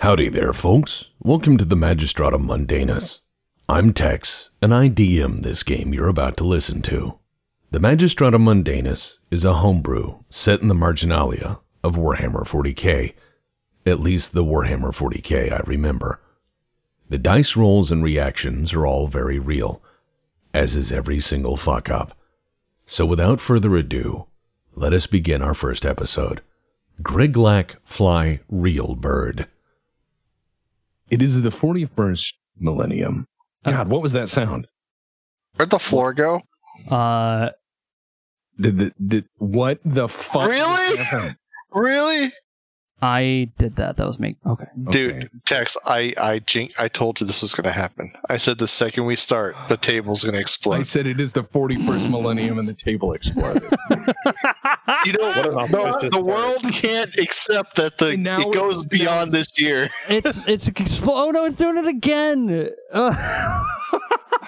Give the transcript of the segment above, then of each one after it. Howdy there, folks. Welcome to the Magistratum Mundanus. I'm Tex, and I DM this game you're about to listen to. The Magistratum Mundanus is a homebrew set in the marginalia of Warhammer 40k, at least the Warhammer 40k I remember. The dice rolls and reactions are all very real, as is every single fuck up. So without further ado, let us begin our first episode Griglac Fly Real Bird. It is the 41st millennium. Oh. God, what was that sound? Where'd the floor go? Uh, Did, the, did what the fuck? just Really? happened? Really? I did that. That was me. Okay. Okay. Dude, Tex, I I jink, I told you this was gonna happen. I said the second we start, the table's gonna I explode. said it is the 41st millennium and the table exploded. you know, What an the, auspicious the start. world can't accept that the And now it goes it's- beyond this year. It's it's expl- Oh no, it's doing it again. Uh,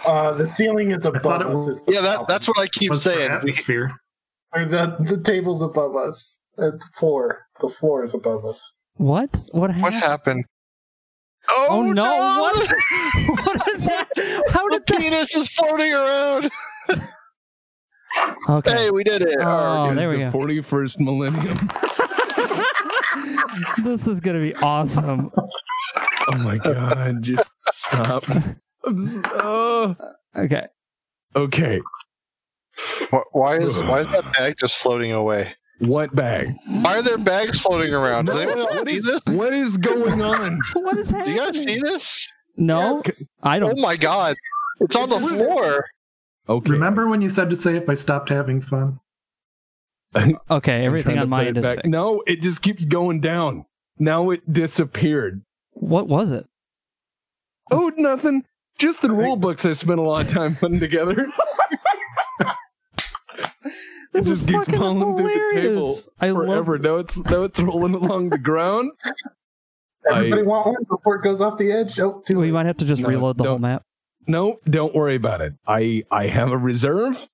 Uh, the ceiling is above thought it was- us. is the Yeah, that problem. that's what I keep was for saying. We- atmosphere. Or the the table's above us. Uh, the floor. The floor is above us. what? What happened? What happened? Oh, Oh no! What? The what is that? How did that? penis is floating around. Okay. Hey, we did it. Oh, Alright, there It's we the go. 41st millennium. This is gonna be awesome. Oh my god, just stop. I'm s- uh, Okay. okay, wh- Why is why is that bag just floating away? what bag? Why are there bags floating around? Does anyone else see this? What is going on? What is Do happening? you guys see this? No, I Oh don't. my god. It's on the floor. Okay. Remember when you said to say if I stopped having fun? Okay, I'm everything trying to on put mine it is back. fixed. No, it just keeps going down. Now it disappeared. What was it? Oh, nothing. Just the rule books I spent a lot of time putting together. This it just is keeps fucking falling through the table hilarious. I love forever. Now it's now it's rolling along the ground. Everybody want one before it goes off the edge. Oh, too We late. might have to just No, reload the whole don't. map. No, don't worry about it. I I have a reserve.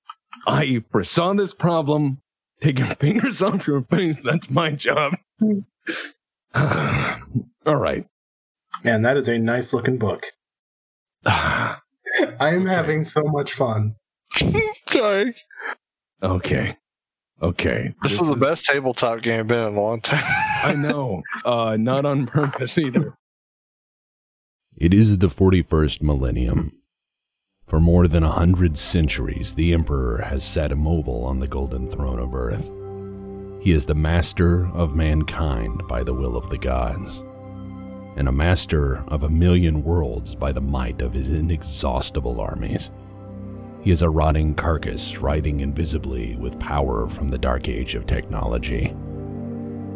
I foresaw this problem. Take your fingers off your face. That's my job. All right. Man, that is a nice looking book. I am having so much fun. Sorry. Okay. Okay. This, is, the best tabletop game I've been in a long time. I know. Uh, not on purpose either. It is the 41st millennium. For more than a hundred centuries, the Emperor has sat immobile on the golden throne of Earth. He is the master of mankind by the will of the gods, and a master of a million worlds by the might of his inexhaustible armies. He is a rotting carcass writhing invisibly with power from the dark age of technology.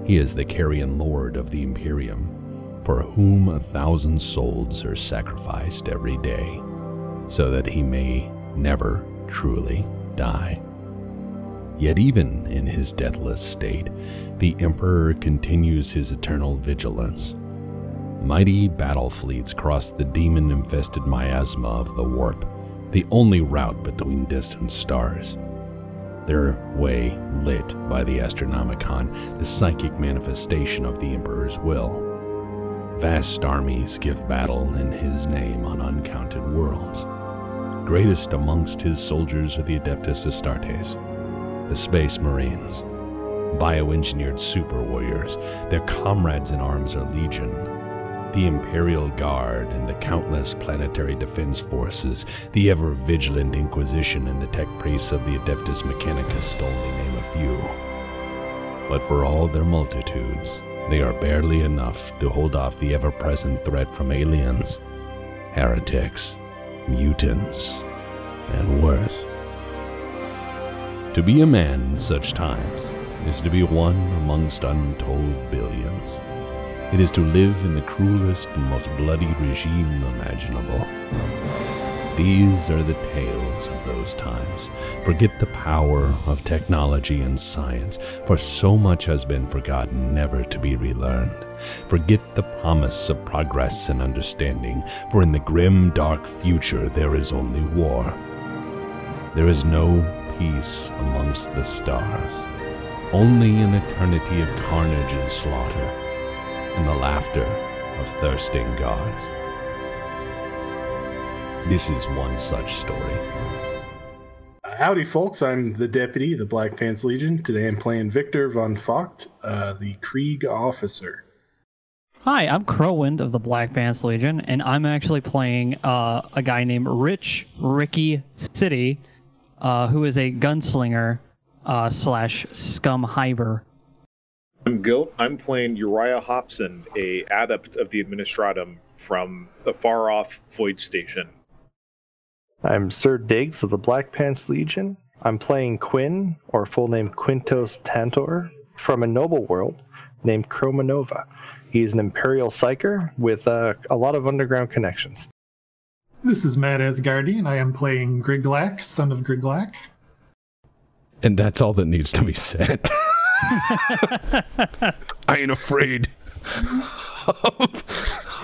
He is the carrion lord of the Imperium, for whom a thousand souls are sacrificed every day, so that he may never truly die. Yet, even in his deathless state, the Emperor continues his eternal vigilance. Mighty battle fleets cross the demon infested miasma of the warp, the only route between distant stars. Their way lit by the Astronomicon, the psychic manifestation of the Emperor's will. Vast armies give battle in his name on uncounted worlds. Greatest amongst his soldiers are the Adeptus Astartes, the Space Marines, bioengineered super warriors. Their comrades in arms are legion. The Imperial Guard and the countless planetary defense forces, the ever vigilant Inquisition, and the tech priests of the Adeptus Mechanicus to only name a few. But for all their multitudes, they are barely enough to hold off the ever present threat from aliens, heretics, mutants, and worse. To be a man in such times is to be one amongst untold billions. It is to live in the cruelest and most bloody regime imaginable. These are the tales of those times. Forget the power of technology and science, for so much has been forgotten, never to be relearned. Forget the promise of progress and understanding, for in the grim, dark future there is only war. There is no peace amongst the stars, only an eternity of carnage and slaughter, and the laughter of thirsting gods. This is one such story. Uh, Howdy, folks. I'm the deputy of the Black Pants Legion. Today I'm playing Victor von Focht, uh, the Krieg officer. Hi, I'm Crowind of the Black Pants Legion, and I'm actually playing uh, a guy named Rich Ricky City, uh, who is a gunslinger uh, slash scum hiver. I'm Goat. I'm playing Uriah Hobson, a adept of the Administratum from the far off Void Station. I'm Sir Diggs of the Black Pants Legion. I'm playing Quinn, or full name Quintos Tantor, from a noble world named Chromanova. He's an Imperial Psyker with uh, a lot of underground connections. This is Matt Asgardi, and I am playing Griglak, son of Griglak. And that's all that needs to be said. I ain't afraid of Oh,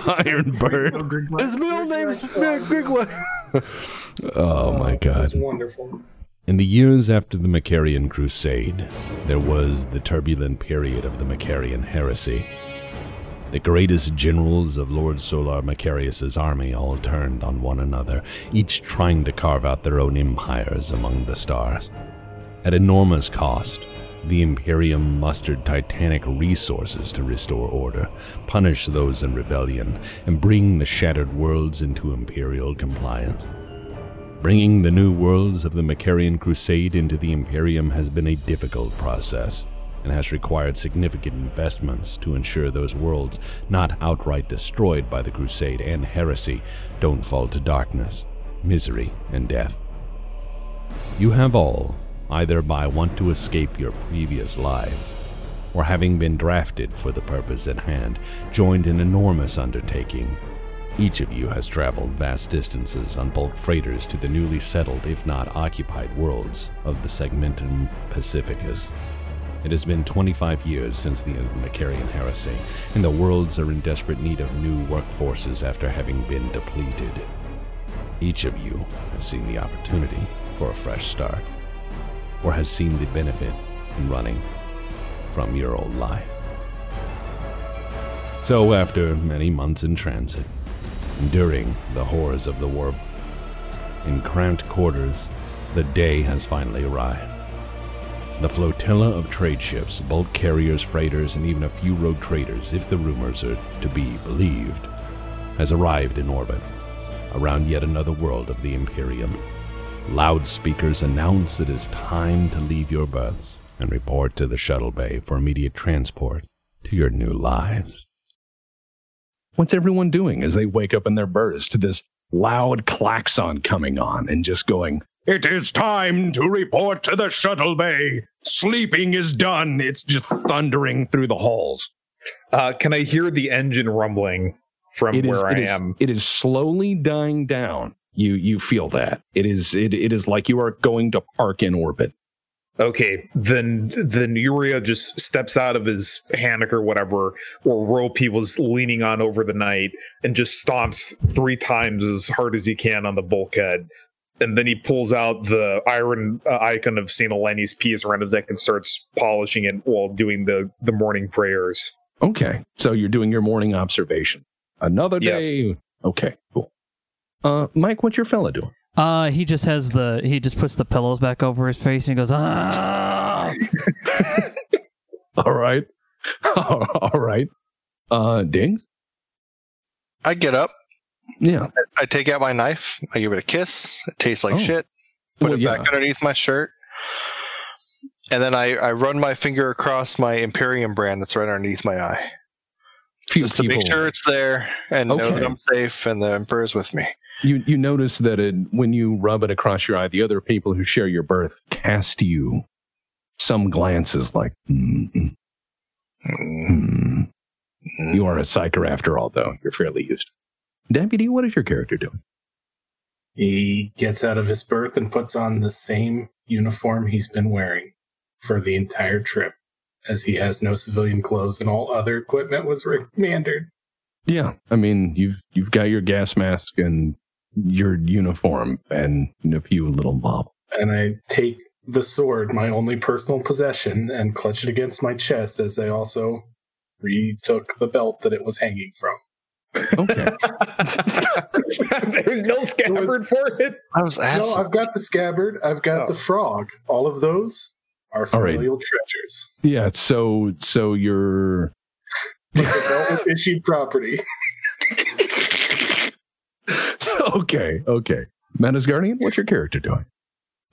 Ironbird. Griglak. middle name's Oh my god. It's wonderful. In the years after the Macarian Crusade, there was the turbulent period of the Macarian heresy. The greatest generals of Lord Solar Macarius's army all turned on one another, each trying to carve out their own empires among the stars. At enormous cost, the Imperium mustered titanic resources to restore order, punish those in rebellion, and bring the shattered worlds into Imperial compliance. Bringing the new worlds of the Macarian Crusade into the Imperium has been a difficult process and has required significant investments to ensure those worlds, not outright destroyed by the Crusade and heresy, don't fall to darkness, misery, and death. You have all, either by want to escape your previous lives, or having been drafted for the purpose at hand, joined an enormous undertaking each of you has traveled vast distances on bulk freighters to the newly settled, if not occupied, worlds of the Segmentum Pacificus. It has been 25 years since the end of the Macarian heresy, and the worlds are in desperate need of new workforces after having been depleted. Each of you has seen the opportunity for a fresh start, or has seen the benefit in running from your old life. So, after many months in transit, enduring the horrors of the war. In cramped quarters, the day has finally arrived. The flotilla of trade ships, bulk carriers, freighters, and even a few rogue traders, if the rumors are to be believed, has arrived in orbit around yet another world of the Imperium. Loudspeakers announce it is time to leave your berths and report to the shuttle bay for immediate transport to your new lives. What's everyone doing as they wake up in their berths to this loud klaxon coming on and just going, It is time to report to the shuttle bay. Sleeping is done. It's just thundering through the halls. Uh, can I hear the engine rumbling from It is, where it I is- am? it is slowly dying down. You you feel that. It is it, it is like you are going to park in orbit. Okay, then then Uriah just steps out of his hammock or whatever, or rope he was leaning on over the night, and just stomps three times as hard as he can on the bulkhead. And then he pulls out the iron uh, icon of Saint Eleni's piece around his neck and starts polishing it while doing the the morning prayers. Okay. So you're doing your morning observation. Another Yes. day. Okay, cool. Uh Mike, what's your fella doing? Uh, he just has the he just puts the pillows back over his face and he goes ah. All right. All right. Uh Dings? I get up. Yeah. I take out my knife. I give it a kiss. It tastes like Oh. shit. Put Well, it yeah. back underneath my shirt. And then I, I run my finger across my Imperium brand that's right underneath my eye. Few just to make sure it's there and know that Okay. I'm safe and the Emperor's with me. You you notice that it, when you rub it across your eye, the other people who share your birth cast you some glances like, "Mm, mm, Mm. mm." you are a psyker after all, though. You're fairly used. Deputy, what is your character doing? He gets out of his berth and puts on the same uniform he's been wearing for the entire trip, as he has no civilian clothes and all other equipment was remandered. Yeah, I mean, you've you've got your gas mask and your uniform and a few little mob. And I take the sword, my only personal possession, and clutch it against my chest as I also retook the belt that it was hanging from. Okay. There's no scabbard for it. I was No, asking. I've got the scabbard. I've got Oh. the frog. All of those are All right. familial treasures. Yeah, so so you're They're dealt with issued property. okay, okay. Madness Guardian, what's your character doing?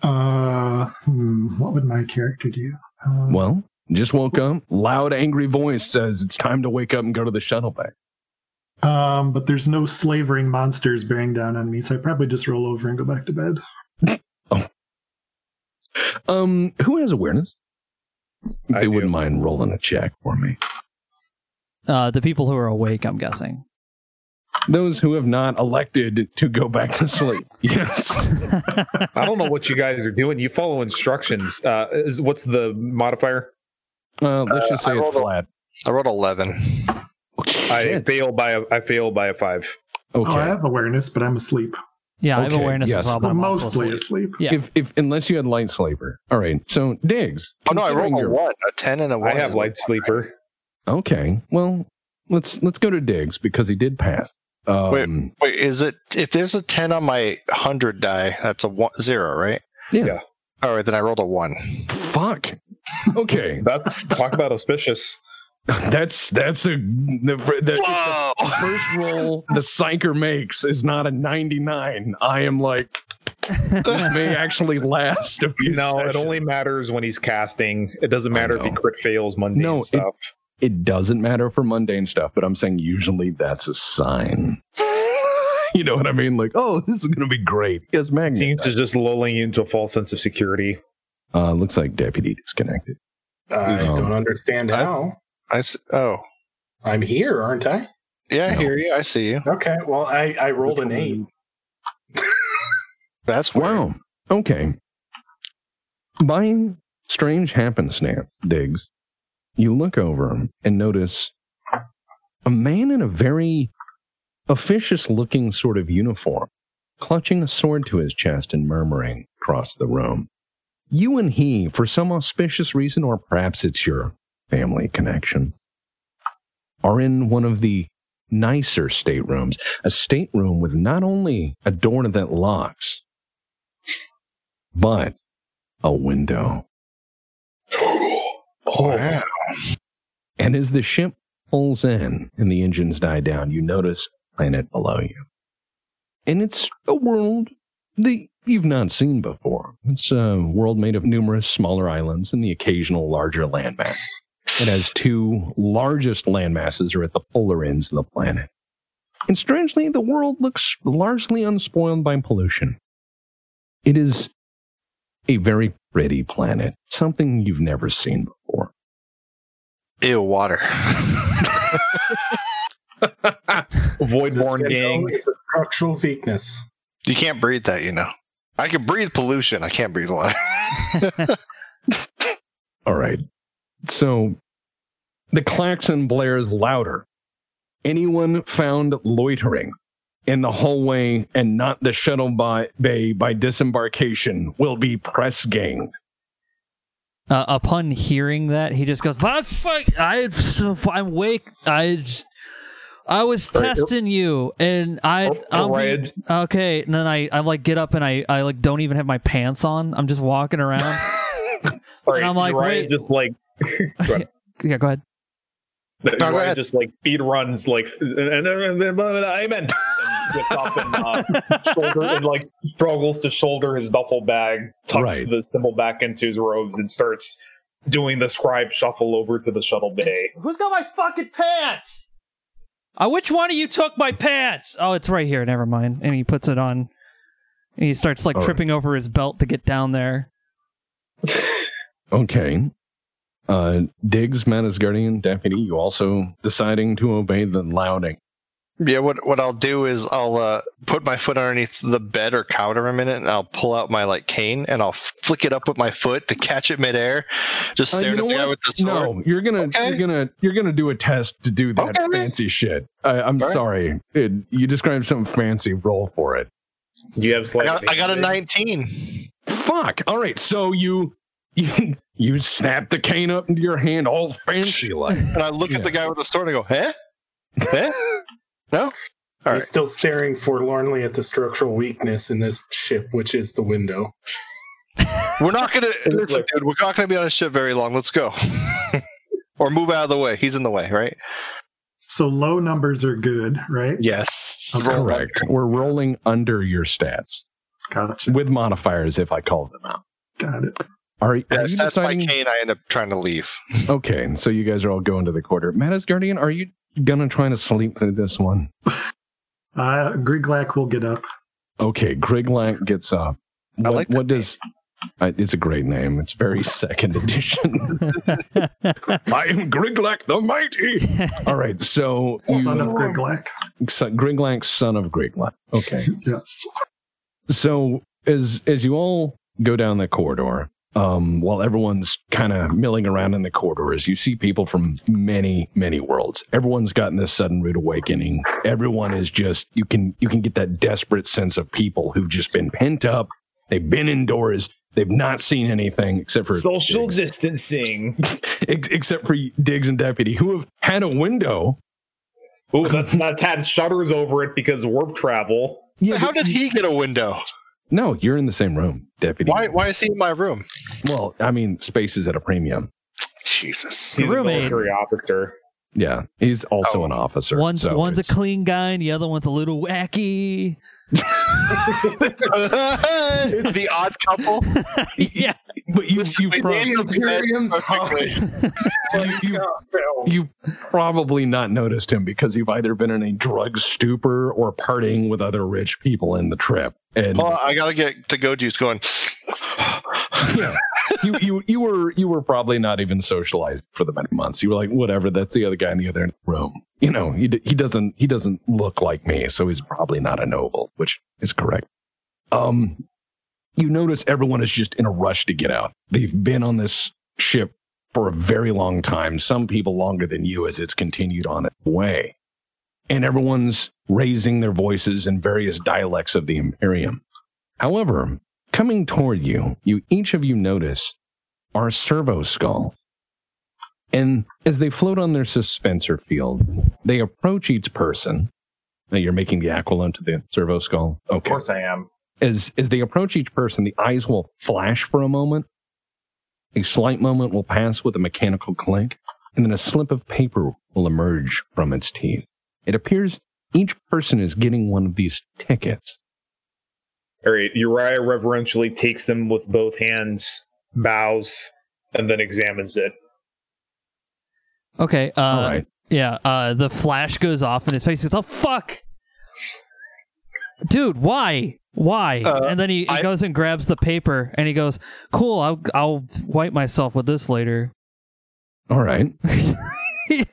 Uh, hmm, what would my character do? Uh, Well, just woke up. Loud, angry voice says it's time to wake up and go to the shuttle bay. Um, but there's no slavering monsters bearing down on me, so I probably just roll over and go back to bed. Um, who has awareness? If I they wouldn't do. mind rolling a check for me. Uh, the people who are awake, I'm guessing. Those who have not elected to go back to sleep. Yes. I don't know what you guys are doing. You follow instructions. Uh, is what's the modifier? Uh, let's just Uh, I say it's rolled a- flat. I rolled 11. Oh, I shit. fail by a, I fail by a five. okay. Oh, I have awareness, but I'm asleep. Yeah, I have Okay, awareness yes. as well, but But I'm mostly also asleep. asleep. Yeah. If if unless you had light slaver. All right. So digs. Oh, no, I rolled considering a your- 1, a 10, and a 1. I have light sleeper. Okay. Well, let's let's go to digs because he did pass. Um, Wait. Wait, is it. If there's a 10 on my 100 die, that's a one, 0, right? Yeah. Yeah. All right, then I rolled a 1. Fuck. Okay. That's talk about auspicious. that's that's a the, fir- the, the Whoa! first roll the psyker makes is not a ninety nine. I am like this may actually last a few. No, it sessions. only matters when he's casting. It doesn't I matter if he know. crit fails mundane No, it- stuff. it doesn't matter for mundane stuff, but I'm saying usually that's a sign. you know what I mean? Like, oh, this is gonna be great. Yes, It magnet. seems to just lulling you into a false sense of security. Uh, looks like deputy disconnected. I No. don't understand I- how. I s- oh. I'm here, aren't I? Yeah, I No. hear you. I see you. Okay. Well, I, I rolled an eight. That's weird. Wow. Okay. By strange happenstance, Diggs, you look over and notice a man in a very officious looking sort of uniform, clutching a sword to his chest and murmuring across the room. You and he, for some auspicious reason, or perhaps it's your family connection, are in one of the nicer staterooms, a stateroom with not only a door that locks, but a window. Wow. And as the ship pulls in and the engines die down, you notice a planet below you. And it's a world that you've not seen before. It's a world made of numerous smaller islands and the occasional larger landmass. It has two largest landmasses are at the polar ends of the planet. And strangely, the world looks largely unspoiled by pollution. It is a very pretty planet, something you've never seen before. Ew, water. Voidborn It's a- gang. It's a structural weakness. you can't breathe that, you know. I can breathe pollution. I can't breathe water. All right. So the klaxon blares louder. Anyone found loitering in the hallway and not the shuttle by, bay by disembarkation will be press ganged. Uh, upon hearing that, he just goes, "What fuck? I, I'm awake. I just, I was Right. testing you, and I, Oh, Or- I'm Red. okay." And then I, I like get up and I, I like don't even have my pants on. I'm just walking around. Right, I'm like, Uriah wait. just like yeah, go ahead. go Uriah ahead. just like speed runs like and amen. And gets up and, uh, shoulder, and like struggles to shoulder his duffel bag, tucks Right. the symbol back into his robes, and starts doing the scribe shuffle over to the shuttle bay. Who's got my fucking pants? Uh, which one of you took my pants? Oh, it's right here. Never mind. And he puts it on. And he starts like All right. tripping over his belt to get down there. Okay. Uh, Diggs, Manus Guardian, Deputy, you also deciding to obey the louding. Yeah, what what I'll do is I'll uh, put my foot underneath the bed or counter a minute, and I'll pull out my like cane and I'll flick it up with my foot to catch it midair. Just Uh, staring you know at the guy with what? the sword. No, you're gonna Okay. you're gonna you're gonna do a test to do that Okay. fancy shit. I, I'm All right. sorry, it, you described some fancy. Roll for it. You have I slight got, I got a advantage. 19. Fuck. All right. So you you, you snap the cane up into your hand, all fancy like. And I look Yeah. at the guy with the sword and I go, eh? Eh? no? All right. He's still staring forlornly at the structural weakness in this ship, which is the window. We're not gonna listen, dude. We're not gonna be on a ship very long. Let's go, or move out of the way. He's in the way, right? So low numbers are good, right? Yes. Roll that. Correct. We're rolling under your stats Gotcha. with modifiers if I call them out. Got it. Are, are That's, you that's why deciding? Kane. I end up trying to leave. Okay, and so you guys are all going to the quarter. Mattis Guardian, are you gonna try to sleep through this one? Uh, Griglac will get up. Okay, Griglac gets up. What, I like that what does? I, it's a great name. It's very second edition. I am Griglac the Mighty. all right, so Son of Griglac. so Griglac, son of Griglac. Okay. Yes. So as as you all go down the corridor, um, while everyone's kind of milling around in the corridors, you see people from many, many worlds. Everyone's gotten this sudden rude awakening. Everyone is just you can you can get that desperate sense of people who've just been pent up. They've been indoors. They've not seen anything except for Social Diggs. distancing. ex- except for Diggs and Deputy, who have had a window. Oh, that's, that's had shutters over it because warp travel. Yeah, How did he get a window? no, you're in the same room, Deputy. Why? Why is he in my room? Well, I mean, space is at a premium. Jesus. He's Roommate. a military officer. Yeah, he's also Oh. an officer. One's so one's a it's- clean guy and the other one's a little wacky. the odd couple. yeah. but you, Listen, you, we prob- need you, to bed Imperium's perfectly. you, you've probably not noticed him because you've either been in a drug stupor or partying with other rich people in the trip, and Well, I gotta get the go juice going. yeah, you, you you were you were probably not even socialized for the many months. You were like, whatever, that's the other guy in the other room. You know, he d- he doesn't he doesn't look like me, so he's probably not a noble, which is correct. Um, you notice everyone is just in a rush to get out. They've been on this ship for a very long time. Some people longer than you as it's continued on its way, and everyone's raising their voices in various dialects of the Imperium. However, Coming toward you, you each of you notice our servo skull. And as they float on their suspensor field, they approach each person. Now you're making the aqualung to the servo skull. Of Okay. course I am. As as they approach each person, the eyes will flash for a moment. A slight moment will pass with a mechanical clink, and then a slip of paper will emerge from its teeth. It appears each person is getting one of these tickets. All right, Uriah reverentially takes them with both hands, bows, and then examines it. Okay. Uh, All right. Yeah. Uh, the flash goes off in his face. He goes, "Oh fuck, dude! Why? Why?" Uh, and then he, he I- goes and grabs the paper and he goes, "Cool. I'll I'll wipe myself with this later." All right. he,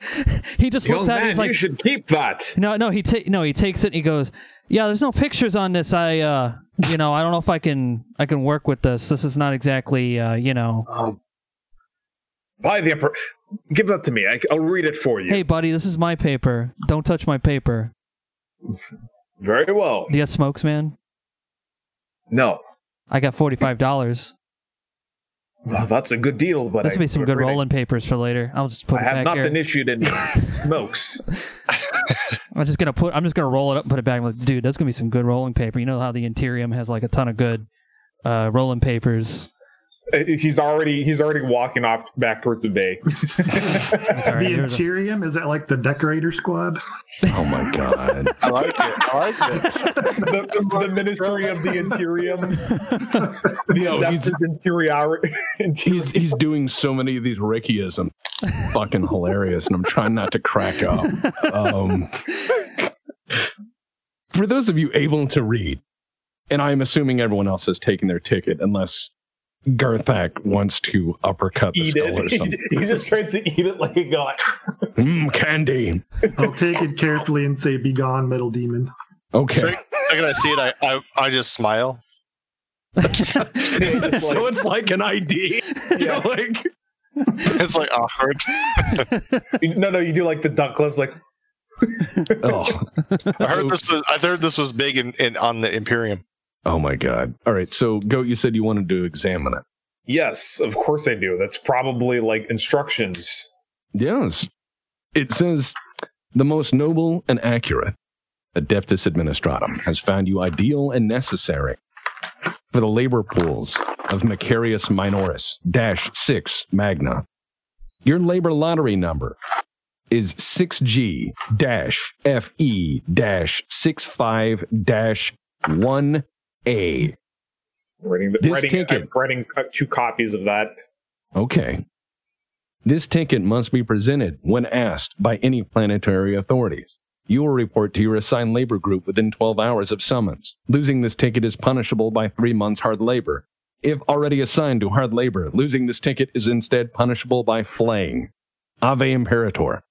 he just Young looks at it. man, He's like, you should keep that. "No, no." He ta- no. He takes it and he goes, "Yeah. There's no pictures on this. I uh, you know, I don't know if I can I can work with this. This is not exactly uh, you know." Oh, By the emperor, give that to me. I, will read it for you. Hey, buddy, this is my paper. Don't touch my paper. Very well. Do you got smokes, man? No, I got forty-five dollars. Well, that's a good deal, but This I- will be some I'm good afraid I- rolling papers for later. I'll just put I it have back not here. been issued any smokes. I'm just gonna put. I'm just gonna roll it up, and put it back. I'm like, dude, that's gonna be some good rolling paper. You know how the Interium has like a ton of good uh, rolling papers. Uh, He's already he's already walking off back towards the bay. That's all right. the Here's a- Interium is that like the Decorator Squad? Oh my god. I like it. I like it. the, the Ministry of the Interium. The No, he's- Adeptus Interior. Interior. He's he's doing so many of these Rickyisms. Fucking hilarious, and I'm trying not to crack up. Um, for those of you able to read, and I'm assuming everyone else has taken their ticket, unless Garthak wants to uppercut the Eat skull or it. something. He just tries to eat it like a god. Mm, candy. I'll take it carefully and say, "Be gone, metal demon." Okay. I gotta see it. I, I I just smile. so it's like an ID. Yeah. like It's like awkward. No, no, you do like the duck gloves, like oh. I heard So- this was I heard this was big in, in on the Imperium. Oh my god. All right. So Goat, you said you wanted to examine it. Yes, of course I do. That's probably like instructions. Yes. It says the most noble and accurate. Adeptus Administratum has found you ideal and necessary for the labor pools of Macarius Minoris dash 6 Magna. Your labor lottery number is 6G dash FE dash 65 dash 1A. Writing, the, This writing, ticket. I'm writing co- two copies of that. Okay. This ticket must be presented when asked by any planetary authorities. You will report to your assigned labor group within 12 hours of summons. Losing this ticket is punishable by three months hard labor. If already assigned to hard labor, losing this ticket is instead punishable by flaying. Ave Imperator.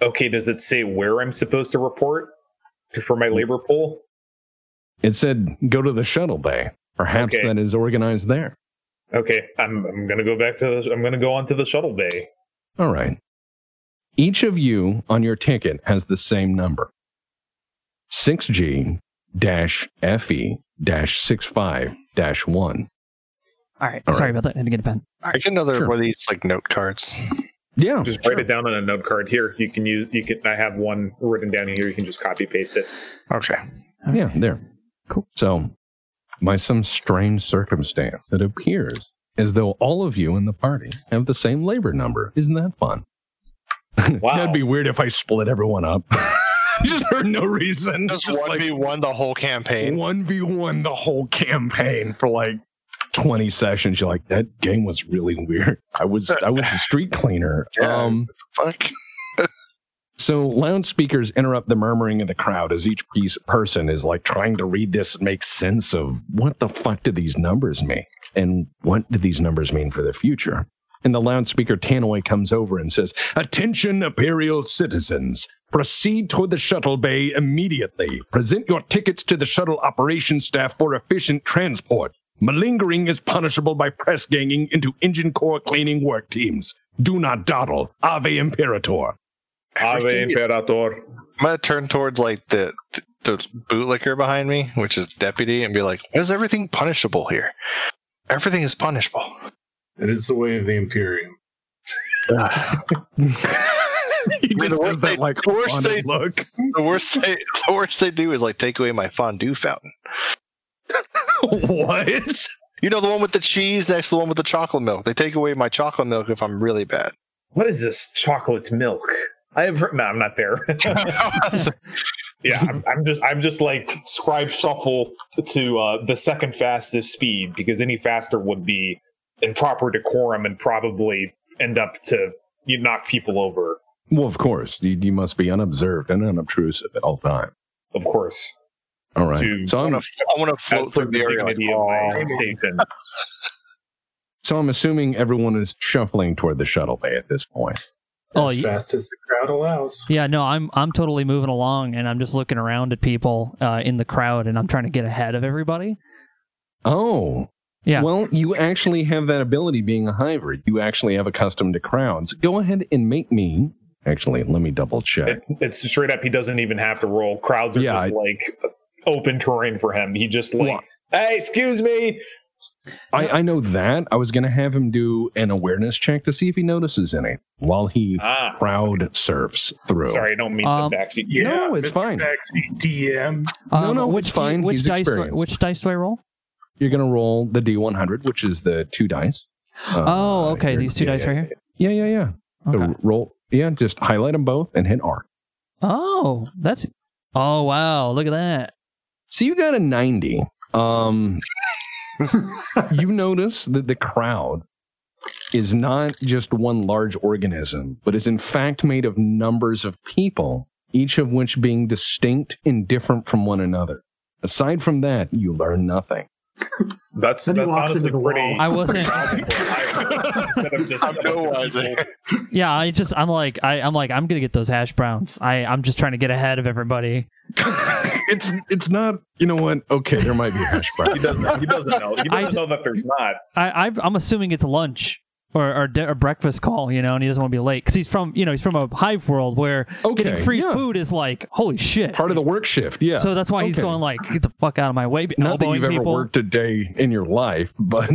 Okay, does it say where I'm supposed to report to- for my labor pool? It said go to the shuttle bay. Perhaps Okay. that is organized there. Okay, I'm I'm gonna go back to the I'm gonna go onto the shuttle bay. All right. Each of you on your ticket has the same number 6G FE 65 1. All right. All sorry right. about that. I had to get a pen. All I right. get another Sure. one of these like note cards. Yeah. Just write it down on a note card here. You can use you can I have one written down here. You can just copy paste it. Okay. Yeah, there. Cool. So, by some strange circumstance, it appears as though all of you in the party have the same labor number. Isn't that fun? Wow. That'd be weird if I split everyone up. Just for no reason. Just one v one the whole campaign. one v one the whole campaign for like twenty sessions. You're like, that game was really weird. I was I was a street cleaner. Yeah. Um, Fuck. so loudspeakers interrupt the murmuring of the crowd as each piece person is like trying to read this and make sense of what the fuck do these numbers mean and what do these numbers mean for the future. And the loudspeaker Tanaway comes over and says, "Attention, Imperial citizens." Proceed toward the shuttle bay immediately. Present your tickets to the shuttle operations staff for efficient transport. Malingering is punishable by press ganging into engine core cleaning work teams. Do not dawdle. Ave Imperator. Ave Everything is- Imperator. I'm gonna turn towards like the the bootlicker behind me, which is deputy, and be like, "Why is everything punishable here? Everything is punishable." It is the way of the Imperium. Ugh. he mean, the just worst has that they- like the worst haunted they- look. the worst they the worst they do is like take away my fondue fountain. what? You know the one with the cheese next to the one with the chocolate milk. They take away my chocolate milk if I'm really bad. What is this chocolate milk? I have heard no, I'm not there. yeah, I'm, I'm just I'm just like scribe shuffle to uh, the second fastest speed because any faster would be improper decorum and probably end up to you knock people over, Well, of course, you, you must be unobserved and unobtrusive at all times. of course. All right. Dude, so I I'm want to I want to float That's through the area. Like, dignity of my "Aw." station. so I'm assuming everyone is shuffling toward the shuttle bay at this point. Oh, as you- fast as the crowd allows. Yeah, no, I'm I'm totally moving along, and I'm just looking around at people uh, in the crowd, and I'm trying to get ahead of everybody. Oh. Yeah. Well, you actually have that ability being a hybrid. You actually have accustomed to crowds. Go ahead and make me. Actually, let me double check. It's it's straight up. He doesn't even have to roll. Crowds are Yeah, just I- like open terrain for him. He just like, Well- hey, excuse me. I, I know that. I was going to have him do an awareness check to see if he notices any while he Uh, Ah, crowd surfs through. sorry, I don't mean Um, the backseat. Yeah, no, it's Mr. fine. Backseat DM. No, no, Um, which it's do you- fine. Which He's dice? Do, I- experienced. which dice do I roll? You're going to roll the D100, which is the two dice. oh, Uh, okay. you're- These two yeah, dice yeah, right here. Yeah, yeah, yeah. So Okay. roll. Yeah, just highlight them both and hit R. Oh, that's. Oh wow! Look at that. So you got a 90. Um, you notice that the crowd is not just one large organism, but is in fact made of numbers of people, each of which being distinct and different from one another. Aside from that, you learn nothing. That's Then he that's walks honestly into the wall. pretty. I wasn't. Instead of just- I'm no wiser. yeah, I just. I'm like. I, I'm like. I'm gonna get those hash browns. I. I'm just trying to get ahead of everybody. it's it's not. You know what? Okay, there might be hash He brown. doesn't. He doesn't know. He I doesn't know that there's not. I. I've, I'm assuming it's lunch. Or, or, di- or breakfast call, you know, and he doesn't want to be late because he's from, you know, he's from a hive world where Okay, getting free yeah. food is like, holy shit. Part of the work shift. Yeah. So that's why he's Okay. going like, get the fuck out of my way. not that elbowing you've ever people. worked a day in your life, but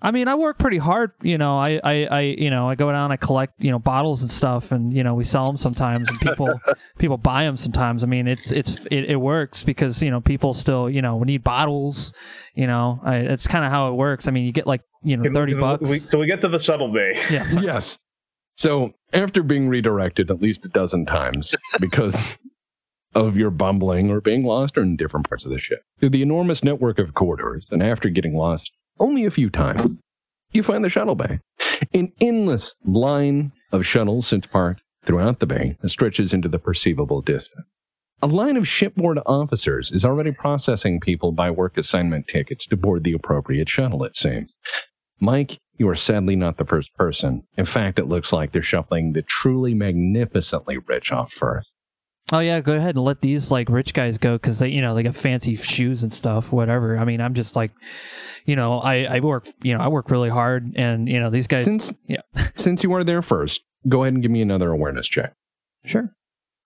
I mean, I work pretty hard. You know, I, I, I, you know, I go down, I collect, you know, bottles and stuff, and you know, we sell them sometimes, and people, people buy them sometimes. I mean, it's, it's, it, it works because you know, people still, you know, need bottles. You know, I, it's kind of how it works. I mean, you get like, you know, thirty bucks. We, so we get to the shuttle bay. yes. Yes. So after being redirected at least a dozen times because of your bumbling or being lost or in different parts of the ship, through the enormous network of corridors, and after getting lost only a few times, you find the shuttle bay. An endless line of shuttles sits parked throughout the bay that stretches into the perceivable distance. A line of shipboard officers is already processing people by work assignment tickets to board the appropriate shuttle, it seems. Mike, you are sadly not the first person. In fact, it looks like they're shuffling the truly magnificently rich off first. Oh yeah, go ahead and let these like rich guys go because they, you know, they got fancy shoes and stuff, whatever. I mean, I'm just like, you know, I I work, you know, I work really hard, and you know, these guys. Since- yeah, Since you are there first, go ahead and give me another awareness check. sure.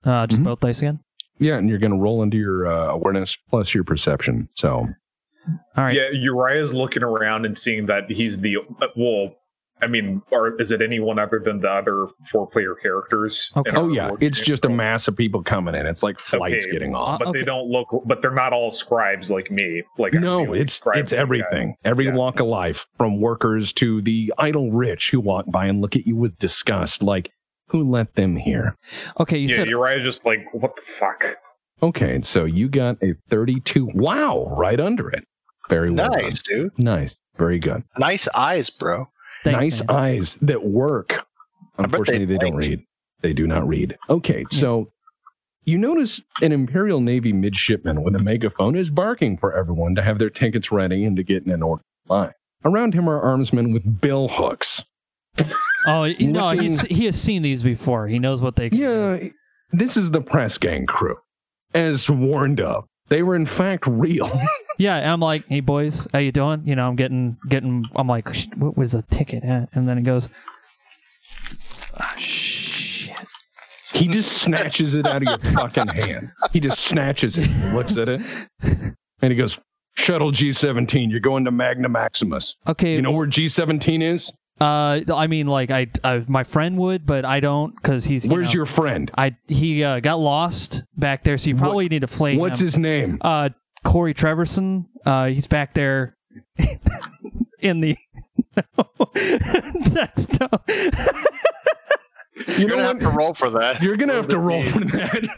Uh, just Mhm. both dice again. Yeah, and you're going to roll into your uh, awareness plus your perception. So All right. Yeah, Uriah's looking around and seeing that he's the uh, well. I mean, or is it anyone other than the other four-player characters? Okay. in our Oh yeah, board it's game? just a mass of people coming in. It's like flights Okay. getting off. But Okay. they don't look. But they're not all scribes like me. Like I'm the No, only it's scribe it's guy. everything. Every Yeah. walk of life, from workers to the idle rich who walk by and look at you with disgust, like who let them here? Okay, you yeah, said Uriah's just like, what the fuck? Okay, so you got a 32. Wow, right under it. Very well done. Nice, dude. nice, very good. Nice eyes, bro. thanks, nice man. eyes that work. bet they Unfortunately, they, don't blinked. read. They do not read. Okay, Yes. so you notice an Imperial Navy midshipman with a megaphone is barking for everyone to have their tickets ready and to get in an order line. Around him are armsmen with bill hooks. Oh no, Looking- he's, he has seen these before. He knows what they. can do. Yeah, this is the press gang crew, as warned of. They were in fact real. Yeah, and I'm like, hey boys, how you doing? You know, I'm getting getting. I'm like, "Sh- what was the ticket? At? And then it goes. "Ah, shit. he just snatches it out of your fucking hand. He just snatches it, looks at it, and he goes, "Shuttle G17, you're going to Magna Maximus." Okay. You know where G17 is? uh, I mean, like, I, I my friend would, but I don't because he's. you Where's know, your friend? I he uh, got lost back there, so you probably need to flay What's him. his name? uh Corey Treverson? Uh, he's back there in the. No. That's- no. You You're know gonna what? have to roll for that. You're gonna have to roll for that.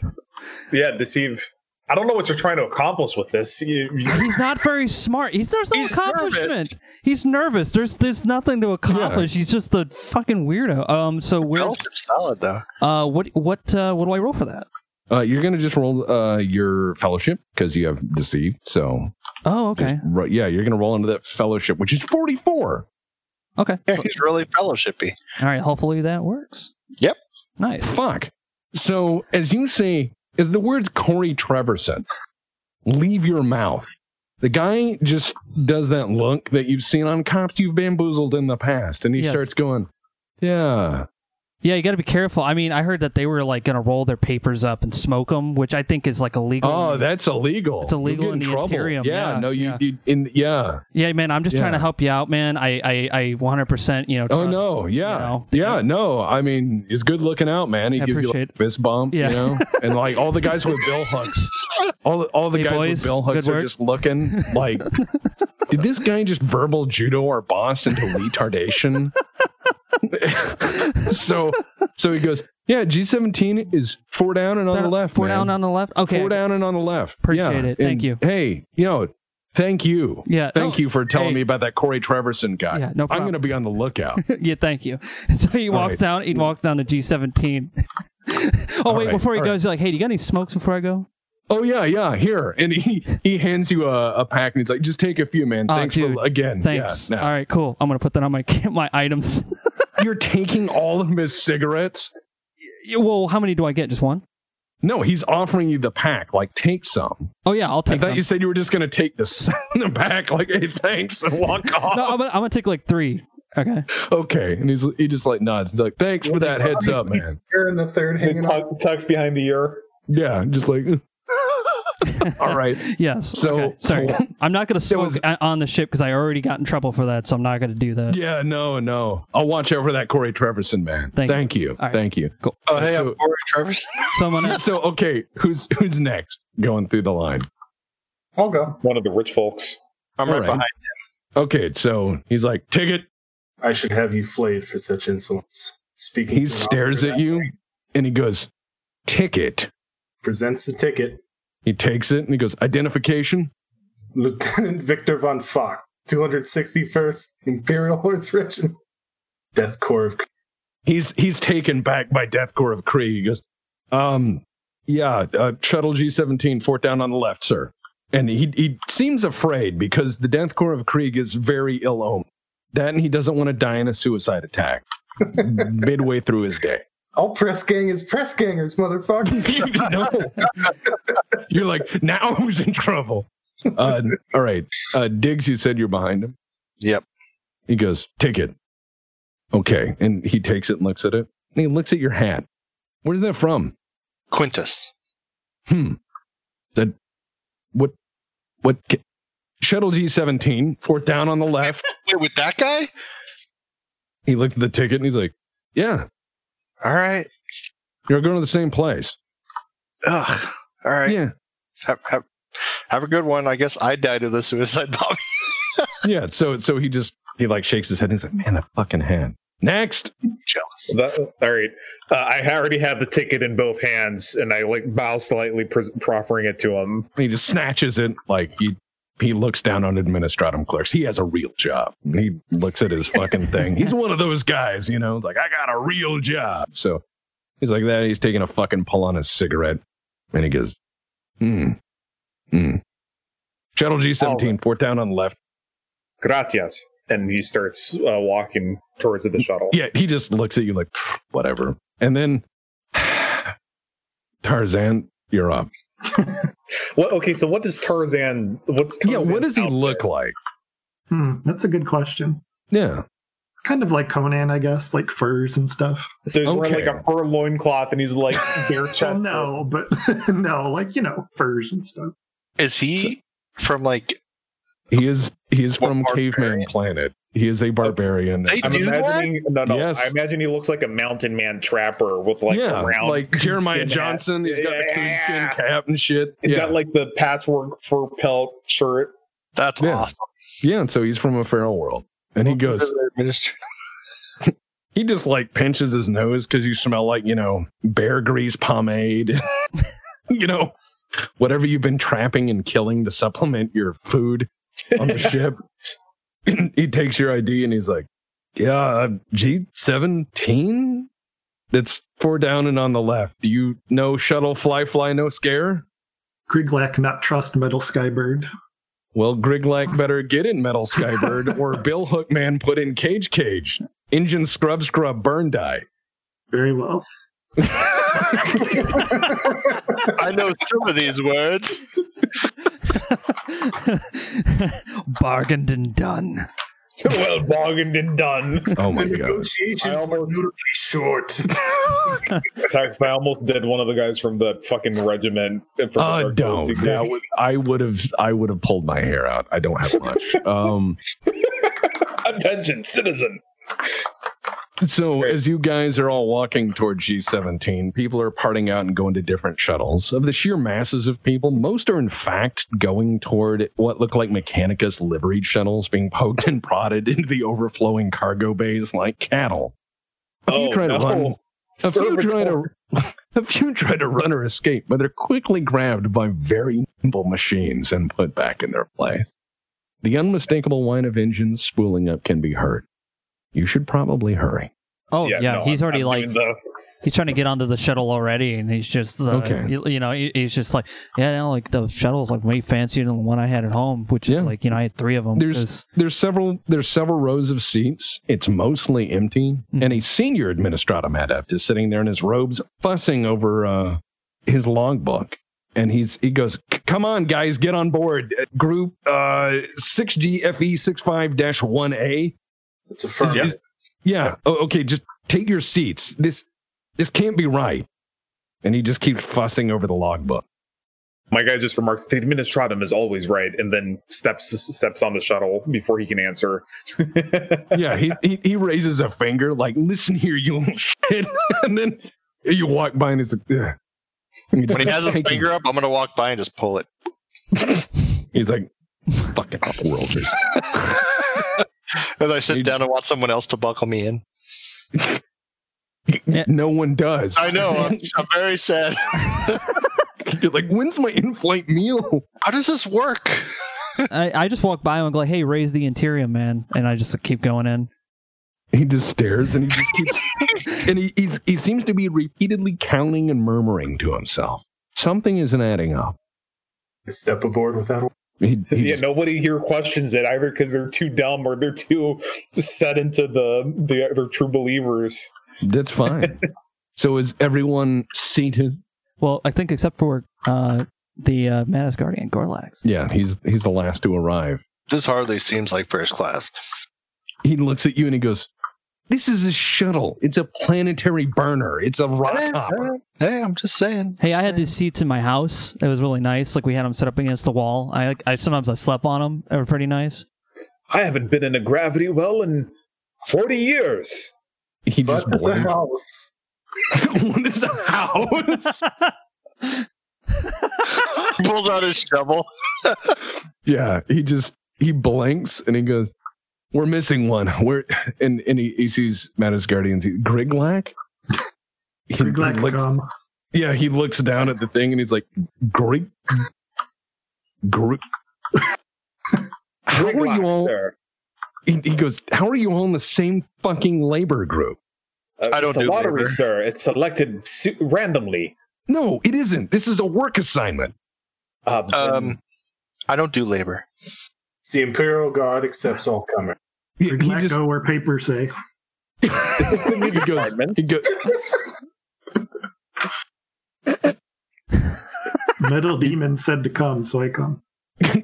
Yeah, this Deceive. I don't know what you're trying to accomplish with this. You- you- He's not very smart. He's there's no He's accomplishment. nervous. He's nervous. There's there's nothing to accomplish. He's just a fucking weirdo. Um. So where's Health is solid though. uh what what uh what do I roll for that? Uh, you're gonna just roll uh, your fellowship because you have deceived. So Oh okay ro- yeah, you're gonna roll into that fellowship, which is 44. okay. Yeah, he's really fellowshipy. All right. Hopefully that works. Yep. Nice. Fuck. So as you say, as the words Corey Treverson leave your mouth, the guy just does that look that you've seen on cops you've bamboozled in the past, and he Yes. starts going, "Yeah, Yeah, you got to be careful. I mean, I heard that they were like gonna roll their papers up and smoke them, which I think is like illegal. Oh, that's illegal. It's illegal You'll get in the trouble. Ethereum. Yeah, Yeah, no, you, yeah. you in yeah. yeah, man. I'm just trying to Yeah. help you out, man. I I I 100 percent you know. oh trust, no, yeah, you know. yeah, no. I mean, it's good looking out, man. He I gives you like, appreciate a fist bump, Yeah. you know, and like all the guys with bill hooks, all all the Hey, guys boys, with bill hooks good are work. just looking like, did this guy just verbal judo our boss into retardation? so, so he goes, yeah. G seventeen is four down and on the left. Four man. down on the left. Okay. four down and on the left. Appreciate Yeah, it. Thank and you. Hey, you know, thank you. Yeah. Thank no, you for telling hey. me about that Corey Treverson guy. Yeah, no I'm problem. going to be on the lookout. yeah, thank you. And so he All walks right. down. He walks down to G17. oh All wait, right, before he all goes, he's like, "Hey, do you got any smokes before I go?" oh yeah, yeah, here. And he he hands you a, a pack and he's like, just take a few, man. Oh, Thanks dude, for again. Thanks. Yeah, no. All right, cool. I'm gonna put that on my my items. You're taking all of his cigarettes. Yeah, well, how many do I get? Just one? No, he's offering you the pack. Like, take some. Oh yeah, I'll I take. thought some. you said you were just going to take the, the pack. Like, hey, thanks, and walk off. no, I'm gonna, I'm gonna take like three. Okay. okay. And he's he just like nods. He's like, thanks for that heads up, man. You're in the third hanging out. tucked behind the ear. Yeah, just like All right. yes. So, okay. sorry, so- I'm not going to smoke was- a- on the ship because I already got in trouble for that, so I'm not going to do that. yeah, no, no. I'll watch over that Corey Treverson man. Thank Thank, you. you. right. Thank you. Cool. Oh, hey, So- I'm Corey Travers. Someone else. So okay, who's who's next going through the line? I'll go. One of the rich folks. I'm All right, right. behind. Okay, so he's like, ticket. I should have you flayed for such insolence. Speaking, He to an stares officer at that you way, and he goes, ticket. Presents the ticket, He takes it and he goes, identification. Lieutenant Victor von Fock, 261st Imperial Horse Regiment, Death Corps of He's he's taken back by Deathcore of Kree. He goes, um, yeah, uh, shuttle G seventeen, fourth down on the left, sir. And he he seems afraid because the Deathcore of Krieg is very ill owned. That and he doesn't want to die in a suicide attack midway through his day. All press gang is press gangers, motherfucker. no. You're like, now who's in trouble? Uh, all right. Uh, Diggs, you said you're behind him. Yep. He goes, take it. Okay. And he takes it and looks at it. And he looks at your hat. Where's that from? Quintus. Hmm. That, what, what, ca- shuttle G17, fourth down on the left. Wait, with that guy? He looks at the ticket and he's like, yeah, All right. you're going to the same place. Ugh. All right. Yeah. Have, have, have a good one. I guess I died of the suicide bomb. Yeah. So, so he just, he like shakes his head and he's like, man, that fucking hat. Next. Jealous. That- all right. Uh, I already have the ticket in both hands, and I like bow slightly, pres proffering it to him. He just snatches it like he he looks down on administratum clerks. He has a real job. And he looks at his fucking thing. He's one of those guys, you know, like I got a real job. So he's like that. He's taking a fucking pull on his cigarette, and he goes, "Hmm, hmm." Shuttle G seventeen, fourth down on the left. Gratias. And he starts uh, walking towards the shuttle. Yeah, he just looks at you like "Pfft, whatever. And then Tarzan, you're up. What, okay, so what does Tarzan? What's yeah, Tarzan's what does he outfit? look like? Hmm, that's a good question. Yeah, Kind of like Conan, I guess, like furs and stuff. So he's wearing Okay. Oh, like a fur loincloth, and he's like bare Well, chested. no, but no, like you know, furs and stuff. Is he from like. he is. He is What from barbarian? Caveman Planet. He is a barbarian. They I'm do that? imagining no, no. Yes. I imagine he looks like a mountain man trapper with like yeah, a round like Jeremiah coonskin Johnson. hat. He's got the Yeah. coonskin cap and shit. He's yeah, got like the patchwork fur pelt shirt. That's Yeah. awesome. yeah. And so he's from a feral world, and he goes, Minister- he just like pinches his nose because you smell like you know bear grease pomade, you know, whatever you've been trapping and killing to supplement your food on the ship. And he takes your ID and he's like, yeah, uh, G seventeen. That's four down and on the left. Do you know shuttle fly fly no scare? Griglak, not trust metal skybird. Well, Griglack better get in Metal Skybird or Bill Hookman put in Cage Cage. Engine scrub scrub burn die. Very well. I know some of these words. Bargained and done. well, bargained and done. Oh my god. Negotiations I were almost- notably short. Tex, I almost did one of the guys from the fucking regiment. and Oh, from the Dark Galaxy don't. That group. would, I would have I would have pulled my hair out. I don't have much. Um Attention, citizen. So as you guys are all walking toward G17, people are parting out and going to different shuttles. Of the sheer masses of people, most are in fact going toward what look like Mechanicus liveried shuttles being poked and prodded into the overflowing cargo bays like cattle. A few Oh, try to no. run. A few try to a few try to run or escape, but they're quickly grabbed by very nimble machines and put back in their place. The unmistakable whine of engines spooling up can be heard. You should probably hurry. Oh yeah, no, he's I'm- already I'm like doing the- he's trying to get onto the shuttle already, and he's just uh, Okay. You, you know, he- he's just like yeah, no, like the shuttle's like way fancier than the one I had at home, which Yeah. is like you know I had three of them. There's- 'cause- There's several there's several rows of seats. It's mostly empty, and a senior administratum adept is sitting there in his robes, fussing over uh, his logbook. And he's he goes, "C- "Come on, guys, get on board. Uh, Group uh, E 6GFE65-1A. It's a firm. Is- is- yeah. Oh, okay. Just take your seats. This this can't be right. And he just keeps fussing over the logbook. My guy just remarks, "The administratum is always right," and then steps steps on the shuttle before he can answer. yeah, he, he he raises a finger like, "Listen here, you little shit," and then you walk by and it's like, yeah. When he has his finger up, I'm gonna walk by and just pull it. He's like, "Fucking upworlders." and I sit down and want someone else to buckle me in. No one does. I know. I'm, I'm very sad. You're like, when's my in-flight meal? How does this work? I, I just walk by and go like, "Hey, raise the interior, man," and I just keep going in. He just stares and he just keeps and he he's, he seems to be repeatedly counting and murmuring to himself. Something isn't adding up. Step aboard without a He, he yeah, just- nobody here questions it either because they're too dumb or they're too set into the the they're true believers. that's fine. so is everyone seated? Well, I think except for uh, the uh, Manus Guardian Gorlax. Yeah, he's he's the last to arrive. This hardly seems like first class. He looks at you and he goes, "This is a shuttle. It's a planetary burner. It's a rock hopper." Hey, I'm just saying. Hey, I had these seats in my house. It was really nice. Like we had them set up against the wall. I, I sometimes I slept on them. They were pretty nice. I haven't been in a gravity well in forty years. He But just it's a blinks. house. what is a house? Pulls out his shovel. yeah, he just he blinks and he goes, "We're missing one." We're and and he, he sees Mattis Guardians. He, Griglac. He- he Griglac looks- come. Yeah, he looks down at the thing and he's like, "Great, great." How Great are luck, you all? sir. He, he goes, "How are you all in the same fucking labor group?" Uh, I don't it's a do lottery, labor. sir. It's selected su- randomly. No, it isn't. This is a work assignment. Uh, Um, I don't do labor. It's the Imperial Guard accepts all comers. He, he Griglac just go where papers say. he goes, department. he goes, Metal demon said to come, so I come.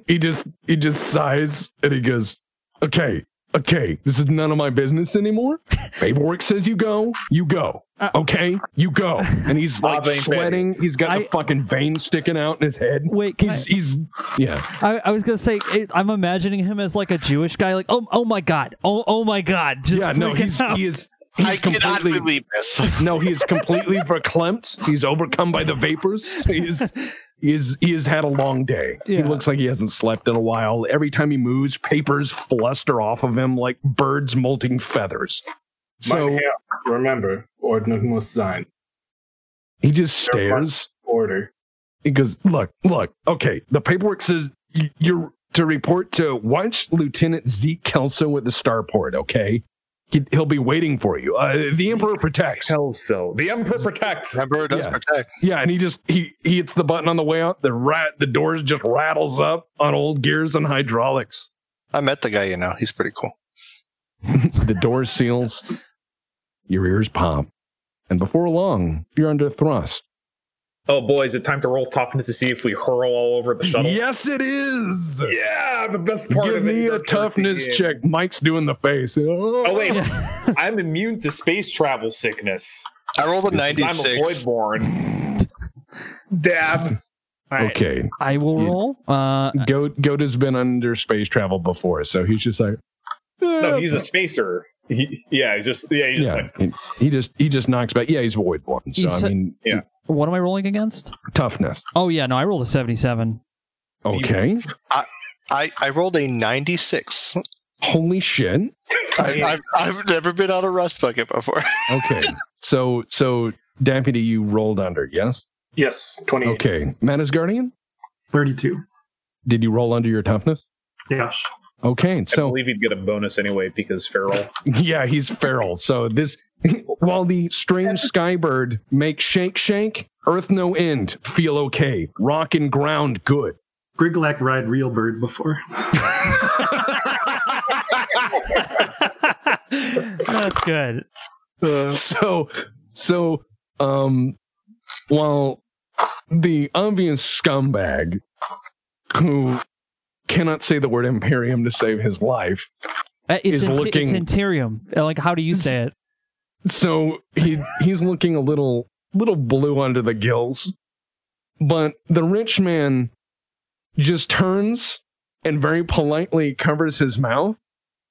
he just he just sighs and he goes, "Okay, okay, this is none of my business anymore." Paperwork says you go, you go. Okay, you go. And he's like Bob ain't sweating. He's got I- the fucking veins sticking out in his head. Wait, can He's he's yeah. I, I was gonna say it, I'm imagining him as like a Jewish guy. Like oh oh my god oh oh my god just Yeah, no, freaking he's out. he is he's I cannot completely believe this. No, he is completely verklempt. He's overcome by the vapors. He is he is he has had a long day. He Yeah. looks like he hasn't slept in a while. Every time he moves, papers fluster off of him like birds molting feathers. So Mein Herr, remember, Ordnung muss sein. he just stares. Order. He goes, "Look, look. Okay, the paperwork says y- you're to report to watch Lieutenant Zeke Kelso at the starport, okay? He- He'll be waiting for you. Uh, the Emperor protects. Hell so. The Emperor protects. Remember, it does Yeah. protect. Yeah, and he just he he hits the button on the way out. The rat the doors just rattles up on old gears and hydraulics. I met the guy, you know. He's pretty cool. The door seals. Your ears pop, and before long, you're under thrust. Oh boy, is it time to roll toughness to see if we hurl all over the shuttle? Yes, it is. Yeah, the best part Give of it, me you're a at the toughness end. check. Mike's doing the face. Oh, Oh wait, I'm immune to space travel sickness. I rolled a I'm a 96. voidborn. Dab. All right. Oh. Okay, I will You- roll. Uh, Goat Goat has been under space travel before, so he's just like. "Uh, No, he's a spacer. He, yeah, he's just yeah, he's just yeah, like he, he just he just knocks back. Yeah, he's void one. So He's I a- mean, Yeah. what am I rolling against? toughness. Oh yeah, no, I rolled a 77. Okay, I, I rolled a 96. holy shit. I, I've, I've never been on a rust bucket before. Okay. So so deputy, you rolled under, yes? Yes, 28. Okay. Manus Guardian, 32. did you roll under your toughness? Yes. Okay. I So believe he'd get a bonus anyway because feral. yeah, he's feral. So this while the strange skybird makes shake shake, earth no end, feel okay. Rock and ground good. Griglac ride real bird before. That's good. Uh. so so um while the obvious scumbag who cannot say the word imperium to save his life Uh, Is It's, in- looking- it's interium. Uh, Like how do you say it? So he he's looking a little little blue under the gills, But the rich man just turns and very politely covers his mouth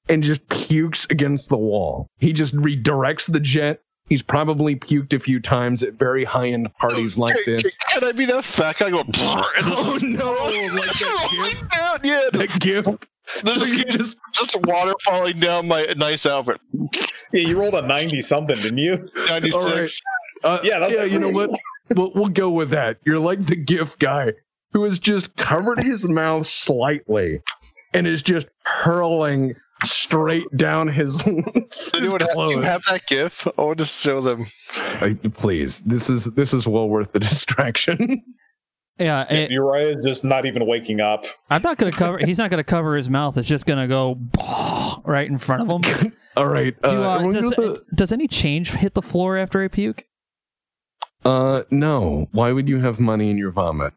and just pukes against the wall. He just redirects the jet. He's probably puked a few times at very high end parties like this. Can I be that fat guy going? Oh no! Like that gift? Down, yeah, that gift. This is just just water falling down my nice outfit. Yeah, you rolled a ninety something, didn't you? Ninety six. Uh, Yeah, that's yeah. You know what? pretty- We'll, we'll go with that. You're like the gift guy who has just covered his mouth slightly and is just hurling straight down his, his Anyone have, do you clothes. have that GIF? I want to show them. I- please, this is this is well worth the distraction. Yeah, Yeah, Uriah's just not even waking up. I'm not gonna cover. he's not gonna cover his mouth. It's just gonna go right in front of him. All right. Uh, Do, uh, everyone does, go to does any change hit the floor after I puke? the- uh, no. Why would you have money in your vomit?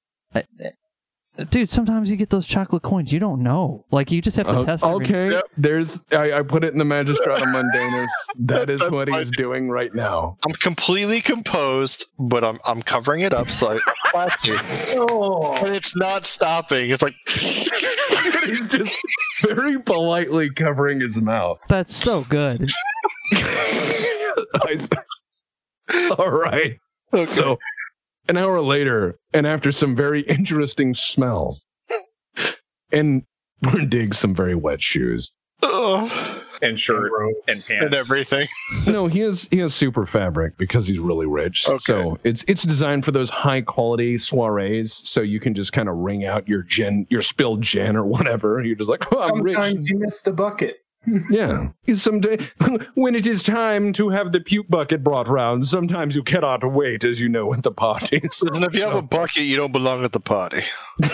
Dude, sometimes you get those chocolate coins. You don't know. Like you just have to Uh, test. every- okay. There's. I, I put it in the Magistrata Mundanus. That is what he's doing right now. I'm completely composed, but I'm I'm covering it up so I plastic. And it's not stopping. It's like he's just very politely covering his mouth. That's so good. I s- All right. So, an hour later, and after some very interesting smells, and we're dig some very wet shoes. And shirt and pants. and everything. no, he has he has super fabric because he's really rich. So it's it's designed for those high quality soirees. So you can just kind of wring out your gin, your spilled gin or whatever. You're just like, oh, I'm rich. Sometimes you missed a bucket. Yeah. Someday, when it is time to have the puke bucket brought round, sometimes you cannot wait, as you know, at the parties. Listen, if you have a bucket, you don't belong at the party.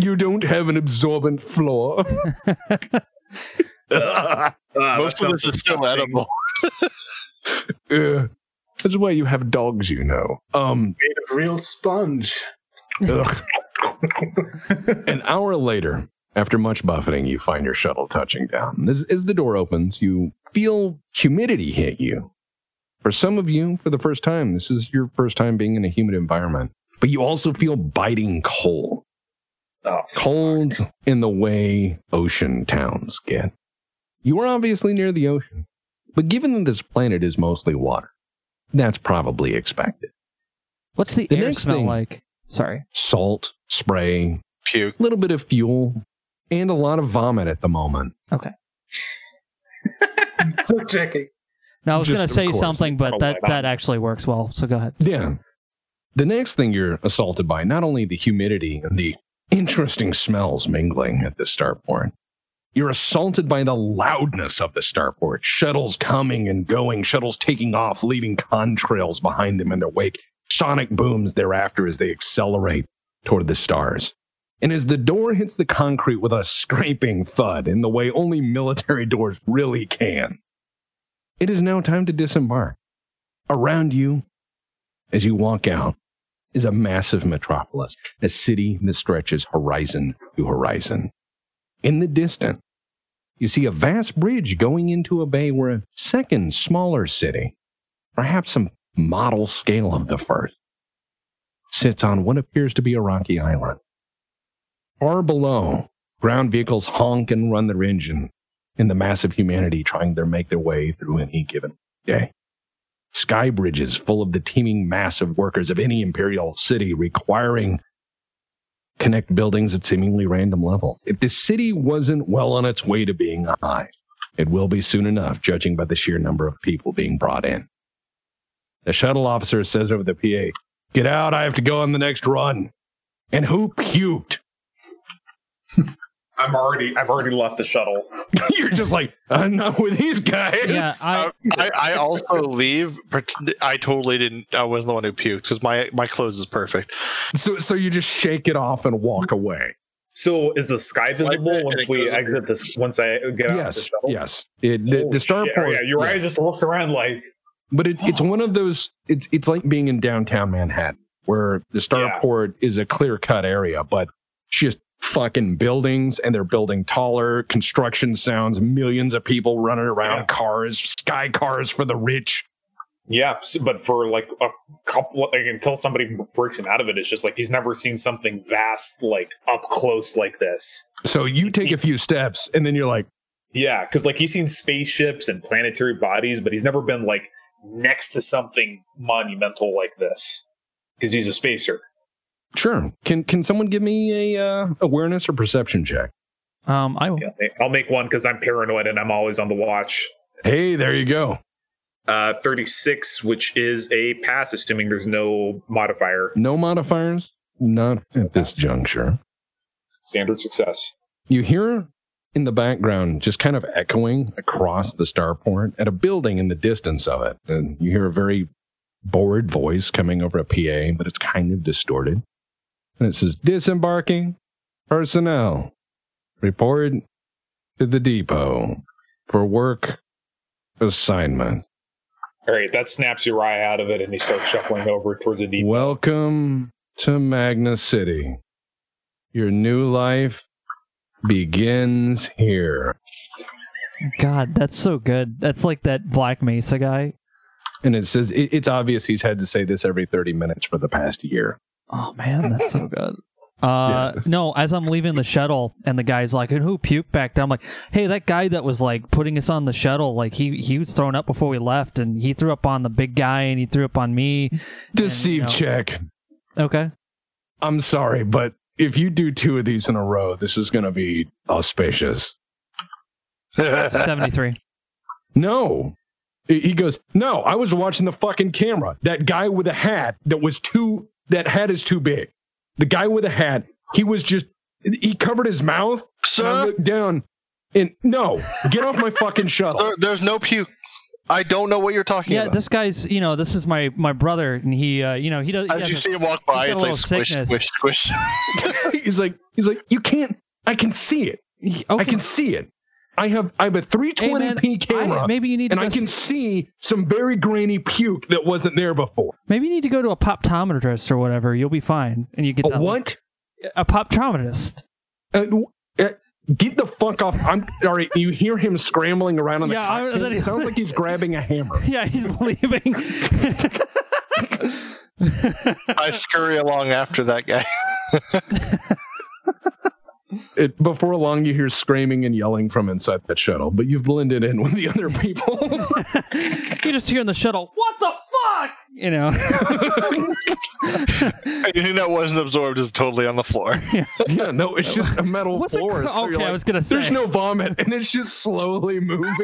You don't have an absorbent floor. Ah, that Most of sounds this is still disgusting. edible. Ugh. That's why you have dogs, you know. Um, Made of real sponge. ugh. An hour later, after much buffeting, you find your shuttle touching down. As, as the door opens, you feel humidity hit you. For some of you, for the first time, this is your first time being in a humid environment, but you also feel biting cold. Cold in the way ocean towns get. You are obviously near the ocean, but given that this planet is mostly water, that's probably expected. What's the, The air next smell thing- like? Sorry. Salt, spray, Puke. a little bit of fuel, and a lot of vomit at the moment. Okay. Just checking. Now I was Just gonna of say course. something, but Oh, that why not? that actually works well. So go ahead. Yeah. The next thing you're assaulted by, not only the humidity and the interesting smells mingling at the starport, you're assaulted by the loudness of the starport. Shuttles coming and going, shuttles taking off, leaving contrails behind them in their wake. Sonic booms thereafter as they accelerate toward the stars. And as the door hits the concrete with a scraping thud in the way only military doors really can, it is now time to disembark. Around you, as you walk out is a massive metropolis, a city that stretches horizon to horizon. In the distance, you see a vast bridge going into a bay where a second, smaller city, perhaps some model scale of the first, sits on what appears to be a rocky island. Far below, ground vehicles honk and run their engine in the mass of humanity trying to make their way through any given day. Sky bridges full of the teeming mass of workers of any imperial city requiring connect buildings at seemingly random levels. If the city wasn't well on its way to being a hive, it will be soon enough, judging by the sheer number of people being brought in. The shuttle officer says over the PA, Get out, I have to go on the next run. And who puked? I'm already. I've already left the shuttle. You're just like, I'm not with these guys. Yeah, I, I, I also leave. pret- I totally didn't. I wasn't the one who puked because my my clothes is perfect. So, so you just shake it off and walk Mm. away. So is the sky visible once we exit this? Once I get out of the Yes, shuttle? yes. It, the, Holy the shit. starport. Yeah, Uriah just looks around like But it, it's one of those. It's it's like being in downtown Manhattan, where the starport is a clear cut area, but it's just fucking buildings, and they're building taller. Construction sounds, millions of people running around, cars, sky cars for the rich. Yeah, s- but for like a couple, like until somebody breaks him out of it, it's just like he's never seen something vast, like up close like this. So you take a few steps and then you're like, Yeah, because like he's seen spaceships and planetary bodies, but he's never been like next to something monumental like this because he's a spacer. sure. Can can someone give me a uh, awareness or perception check? Um, I will. I'll make one because I'm paranoid and I'm always on the watch. Hey, there you go. Uh, 36, which is a pass, assuming there's no modifier. No modifiers. Not at this juncture. Standard success. You hear in the background, just kind of echoing across the starport at a building in the distance of it, and you hear a very bored voice coming over a PA, but it's kind of distorted, and it says, "Disembarking personnel, report to the depot for work assignment." All right, that snaps Uriah out of it, and he starts shuffling over towards the deep. Welcome to Magna City. Your new life begins here. God, that's so good. That's like that Black Mesa guy. And it says it, it's obvious he's had to say this every 30 minutes for the past year. Oh man, that's so good. Uh, no, as I'm leaving the shuttle, and the guy's like, "And who puked back down?" I'm like, "Hey, that guy that was like putting us on the shuttle, like he he was throwing up before we left, and he threw up on the big guy, and he threw up on me." Deceive And, you know- check. Okay. I'm sorry, but if you do two of these in a row, this is going to be auspicious. 73. No. He he goes, No, I was watching the fucking camera. That guy with a hat that was too, that hat is too big. The guy with a hat, he was just, he covered his mouth. So I um, looked down and no, get off my fucking shuttle. there's no puke. I don't know what you're talking Yeah, about. this guy's, you know, this is my my brother, and he, uh, you know, he does. As he you has see a- him walk he's by, got a it's like little squish, sickness. squish, squish. he's like, he's like, you can't. I can see it. I can see it. I have I have a 320p Hey, man, camera. I- maybe you need and to I go can see some very grainy puke that wasn't there before. Maybe you need to go to a poptometrist or whatever. You'll be fine, and you get A down- what? A poptometrist. Uh, w- uh, get the fuck off! I'm all right. You hear him scrambling around on the Yeah, I- cockpit. that It is- sounds like he's grabbing a hammer. Yeah, he's leaving. I scurry along after that guy. It, before long, you hear screaming and yelling from inside that shuttle. But you've blended in with the other people. you just hear in the shuttle, "What the fuck?" You know. Anything that wasn't absorbed is totally on the floor. yeah, no, it's just a metal What's it floor. called? so you're Okay, I like, was gonna There's say." no vomit, and it's just slowly moving.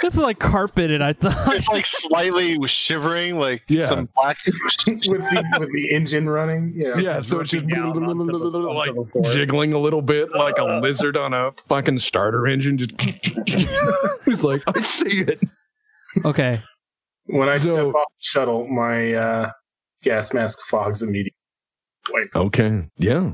This is like carpeted. I thought. It's like slightly shivering, like Yeah. some black. with the with the engine running. Yeah. yeah, so it's just like onto the floor. jiggling a little bit like a lizard on a fucking starter engine. Just he's like, "Oh, I see it. Okay. When I step off the shuttle, my uh, gas mask fogs immediately. Wipe. Okay. Yeah.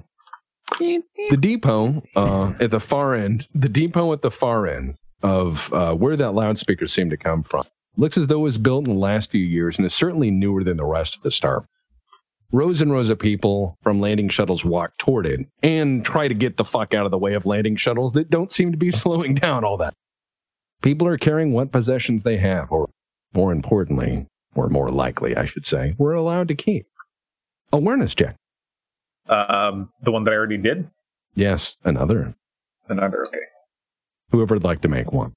The depot uh, at the far end, the depot at the far end of uh, where that loudspeaker seemed to come from, looks as though it was built in the last few years and is certainly newer than the rest of the star. Rows and rows of people from landing shuttles walk toward it and try to get the fuck out of the way of landing shuttles that don't seem to be slowing down all that. People are carrying what possessions they have, or more importantly, or more likely, I should say, were allowed to keep. Awareness check. Um, the one that I already did. Yes, another. Another. Okay. Whoever'd like to make one.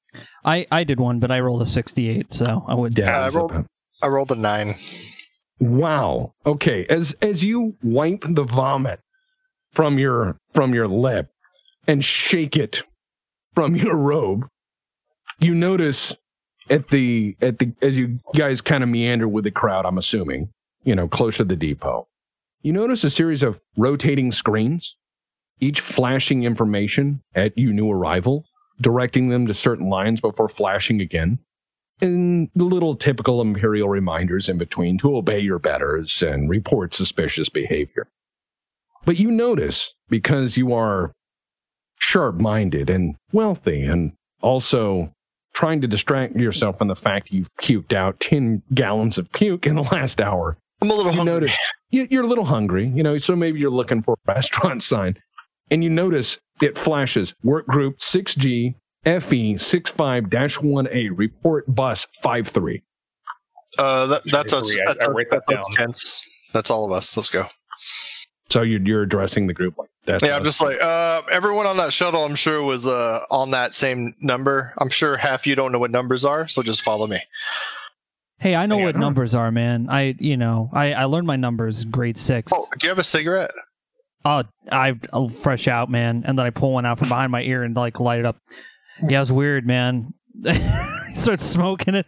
I I did one, but I rolled a sixty-eight, so I would. Yeah, I zip rolled, it. I rolled a nine. Wow. Okay. As as you wipe the vomit from your from your lip and shake it from your robe, you notice at the at the as you guys kind of meander with the crowd, I'm assuming, you know, close to the depot. You notice a series of rotating screens, each flashing information at you new arrival, directing them to certain lines before flashing again and the little typical imperial reminders in between to obey your betters and report suspicious behavior. But you notice, because you are sharp minded and wealthy, and also trying to distract yourself from the fact you've puked out 10 gallons of puke in the last hour. I'm a little you hungry. Notice, you- you're a little hungry, you know, so maybe you're looking for a restaurant sign. And you notice it flashes work group E 6G FE 65 1A report bus 53. Uh, that, that's us. That's, I, I write that down. Gents. That's all of us. Let's go. So you're, you're addressing the group like that. Yeah, I'm just like uh, everyone on that shuttle. I'm sure was uh, on that same number. I'm sure half you don't know what numbers are, so just follow me. Hey, I know yeah. what numbers are, man. I you know I I learned my numbers grade six. Oh, do you have a cigarette? Oh, I I'll fresh out, man, and then I pull one out from behind my ear and like light it up. Yeah, it's weird, man. Start smoking it.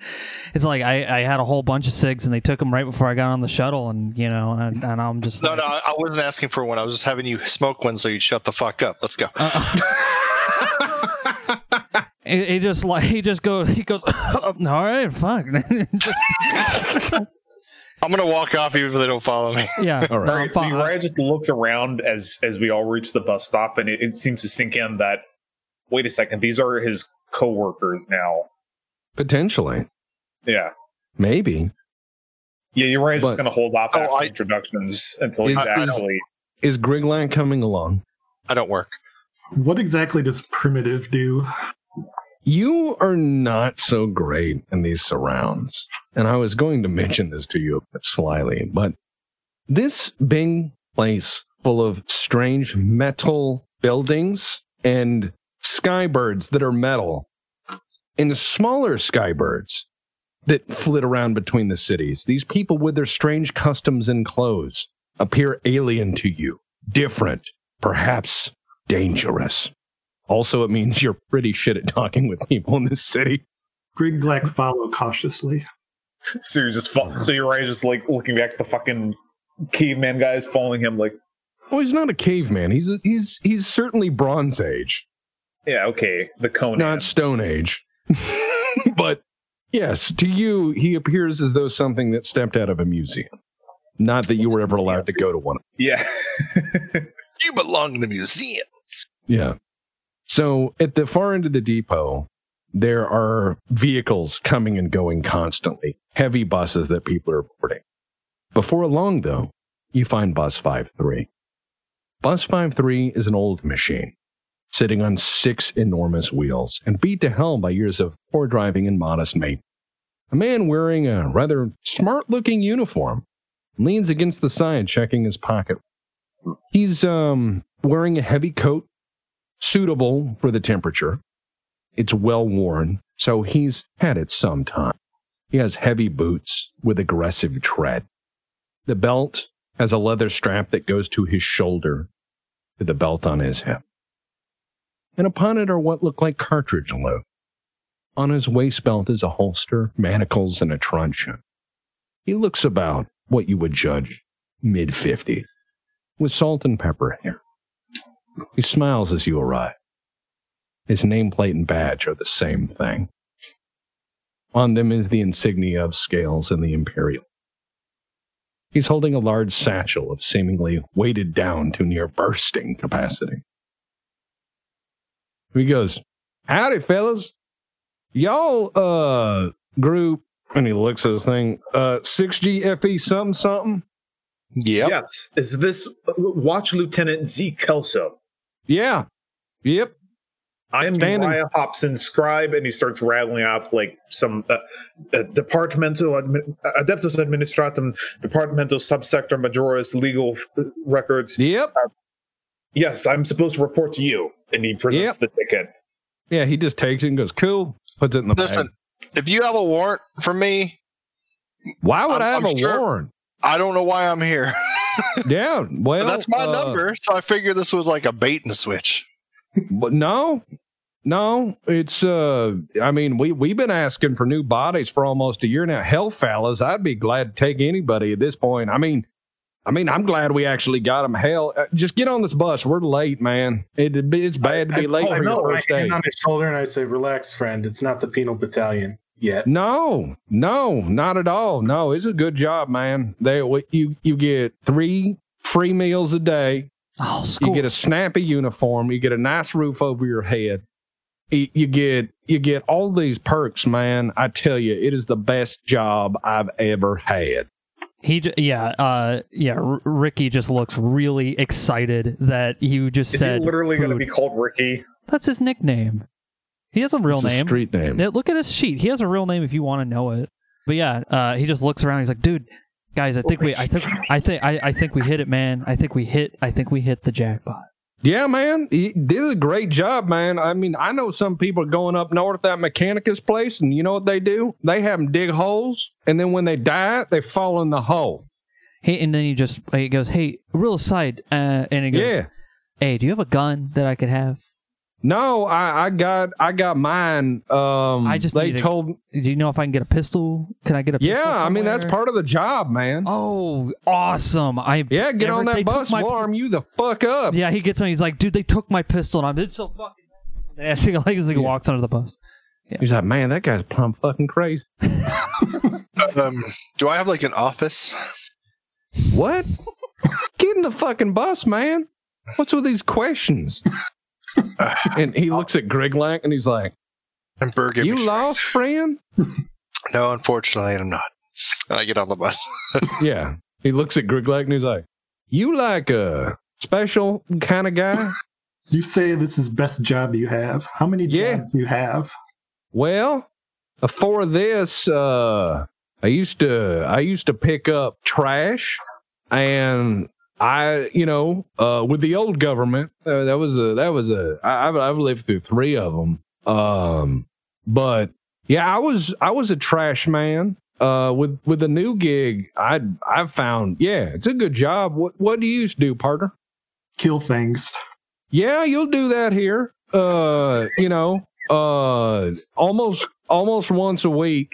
It's like I, I had a whole bunch of cigs and they took them right before I got on the shuttle and you know and, and I'm just no like, no I wasn't asking for one I was just having you smoke one so you'd shut the fuck up let's go. Uh, he, he, just like he just goes he goes all right fuck. just, I'm gonna walk off even if they don't follow me. Yeah. all right. right so Uriah just looks around as as we all reach the bus stop and it, it seems to sink in that wait a second these are his coworkers now. Potentially. Yeah. Maybe. Yeah, you're right. But, just going to hold off oh, I, introductions until is, actually. Is, is Griglan coming along? I don't work. What exactly does primitive do? You are not so great in these surrounds. And I was going to mention this to you a bit slyly, but this big place full of strange metal buildings and skybirds that are metal and the smaller skybirds that flit around between the cities. These people with their strange customs and clothes appear alien to you, different, perhaps dangerous. Also, it means you're pretty shit at talking with people in this city. Grig Black follow cautiously. So you're just fo- so your eyes just like looking back the fucking caveman guys following him like. Well, Oh, he's not a caveman. He's a, he's he's certainly Bronze Age. Yeah, okay, the Conan. Not Stone Age. but yes, to you, he appears as though something that stepped out of a museum. Not that you were ever allowed to go to one. Yeah. you belong in a museum. Yeah. So at the far end of the depot, there are vehicles coming and going constantly, heavy buses that people are boarding. Before long, though, you find Bus 53. Bus 53 is an old machine sitting on six enormous wheels and beat to hell by years of poor driving and modest mate. A man wearing a rather smart looking uniform leans against the side, checking his pocket. He's um, wearing a heavy coat suitable for the temperature. It's well worn, so he's had it some time. He has heavy boots with aggressive tread. The belt has a leather strap that goes to his shoulder, to the belt on his hip and upon it are what look like cartridge loads. On his waist belt is a holster, manacles, and a truncheon. He looks about what you would judge mid 50s, with salt and pepper hair. He smiles as you arrive. His nameplate and badge are the same thing. On them is the insignia of scales and the imperial. He's holding a large satchel of seemingly weighted down to near bursting capacity. He goes, Howdy, fellas. Y'all, uh, group, and he looks at his thing, uh, 6GFE something something. Yep. Yes. Is this uh, Watch Lieutenant Zeke Kelso? Yeah. Yep. I am Uriah Hobson scribe, and he starts rattling off like some uh, uh, departmental admi- adeptus administratum, departmental subsector majoris legal f- records. Yep. Uh, yes, I'm supposed to report to you and he presents yep. the ticket. Yeah, he just takes it and goes, "Cool," puts it in the Listen, bag. If you have a warrant for me, why would I'm, i have I'm a sure, warrant? I don't know why I'm here. yeah, well, that's my uh, number, so I figured this was like a bait and switch. But no, no, it's uh, I mean, we we've been asking for new bodies for almost a year now. Hell, fellas, I'd be glad to take anybody at this point. I mean, I mean, I'm glad we actually got him. Hell, uh, just get on this bus. We're late, man. It, it's bad to be I, late I, for I your first I day. on his shoulder and I say, "Relax, friend. It's not the penal battalion yet." No, no, not at all. No, it's a good job, man. They you you get three free meals a day. Oh, you get a snappy uniform. You get a nice roof over your head. You get you get all these perks, man. I tell you, it is the best job I've ever had. He j- yeah uh yeah R- Ricky just looks really excited that you just Is said he literally going to be called Ricky. That's his nickname. He has a real it's name. A street name. Look at his sheet. He has a real name if you want to know it. But yeah, uh, he just looks around. He's like, dude, guys, I think we, I think, I think, I, I think we hit it, man. I think we hit, I think we hit the jackpot. Yeah, man, he did a great job, man. I mean, I know some people are going up north that Mechanicus place, and you know what they do? They have them dig holes, and then when they die, they fall in the hole. He, and then he just he goes, "Hey, real aside," uh, and he goes, Yeah. "Hey, do you have a gun that I could have?" No, I, I got I got mine. Um, I just they need a- told. Do you know if I can get a pistol? Can I get a? Yeah, pistol I mean that's somewhere? part of the job, man. Oh, awesome! I yeah, get on Everett, they that took bus. my- we'll arm you the fuck up. Yeah, he gets on. He's like, dude, they took my pistol, and I'm it's so fucking. Yeah, he like he walks under the bus. He's like, man, that guy's plumb fucking crazy. Um, do I have like an office? What? Get in the fucking bus, man. What's with these questions? and he looks at Griglack and he's like, And Burr gave "You me- lost, friend." No, unfortunately, I'm not. And I get on the bus. yeah. He looks at Griglack and he's like, "You like a special kind of guy?" You say this is best job you have. How many Yeah. jobs you have? Well, before this, uh, I used to I used to pick up trash, and I, you know, uh, with the old government, uh, that was a that was a I, I've I've lived through three of them. Um, but yeah, I was I was a trash man. Uh, with with the new gig, I I found yeah, it's a good job. What what do you do, partner? Kill things. yeah you'll do that here uh you know uh almost almost once a week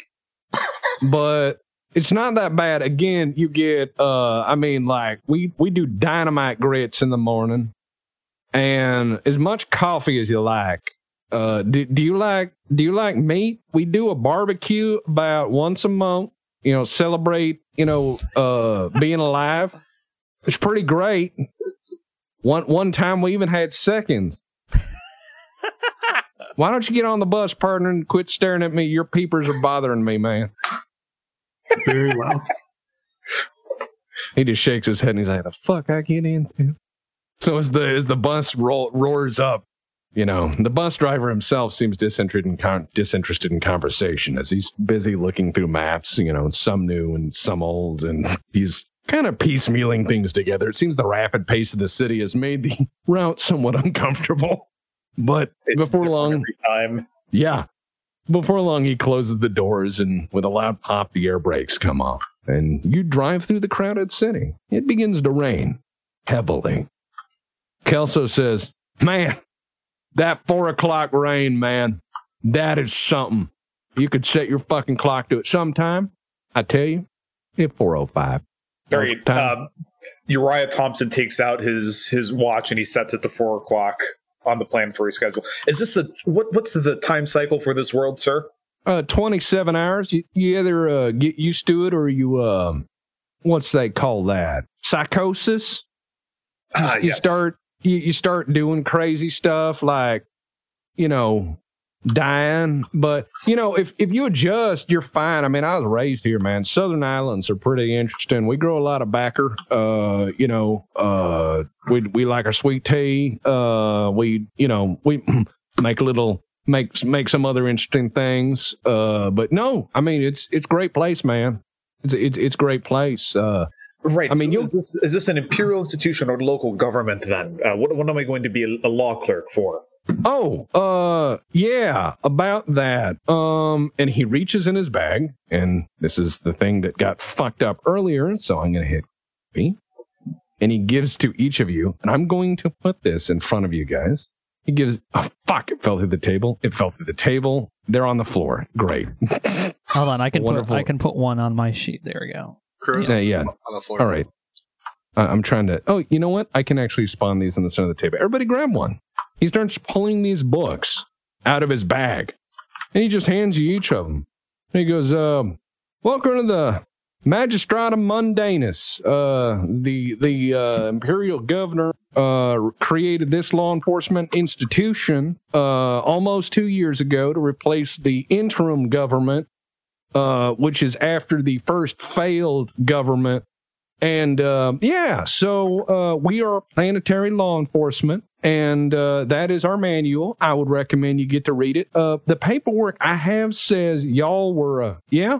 but it's not that bad again you get uh i mean like we we do dynamite grits in the morning and as much coffee as you like uh do, do you like do you like meat we do a barbecue about once a month you know celebrate you know uh being alive it's pretty great one one time we even had seconds. Why don't you get on the bus, partner, and quit staring at me? Your peepers are bothering me, man. Very well. He just shakes his head and he's like, "The fuck I get into." So as the as the bus roll, roars up, you know, the bus driver himself seems disinterested in con- disinterested in conversation as he's busy looking through maps, you know, some new and some old, and he's kind of piecemealing things together. It seems the rapid pace of the city has made the route somewhat uncomfortable, but before long, time. yeah. Before long, he closes the doors, and with a loud pop, the air brakes come off, and you drive through the crowded city. It begins to rain heavily. Kelso says, Man, that four o'clock rain, man, that is something. You could set your fucking clock to it sometime. I tell you, oh at 4.05. Great. Um, Uriah Thompson takes out his his watch and he sets it to four o'clock on the planetary schedule. Is this a what? What's the time cycle for this world, sir? Uh, 27 hours. You, you either uh, get used to it or you, um, what's they call that? Psychosis? You, Ah, you yes. start you, you start doing crazy stuff like, you know, dying. But you know, if if you adjust, you're fine. I mean, I was raised here, man. Southern islands are pretty interesting. We grow a lot of backer. Uh, you know, uh, we we like our sweet tea. Uh, we you know we make little make make some other interesting things. Uh, but no, I mean it's it's a great place, man. It's it's it's a great place. Uh, Right. I mean, so you is this, is this an imperial institution or local government? Then, uh, what, what am I going to be a, a law clerk for? Oh, uh, yeah, about that. Um, and he reaches in his bag, and this is the thing that got fucked up earlier, so I'm gonna hit B. And he gives to each of you, and I'm going to put this in front of you guys. He gives, oh, fuck, it fell through the table. It fell through the table. They're on the floor. Great. Hold on, I can put, Wonderful. I can put one on my sheet. There we go. Cruz Yeah, yeah. on the floor. All right. I- I'm trying to. Oh, you know what? I can actually spawn these on the center of the table. Everybody grab one. He starts pulling these books out of his bag and he just hands you each of them. And he goes, um, Welcome to the Magistratum Mundanus. Uh, the the uh, imperial governor uh, created this law enforcement institution uh, almost two years ago to replace the interim government, uh, which is after the first failed government and uh, yeah, so uh, we are planetary law enforcement, and uh, that is our manual. I would recommend you get to read it. Uh, the paperwork I have says y'all were, uh, yeah,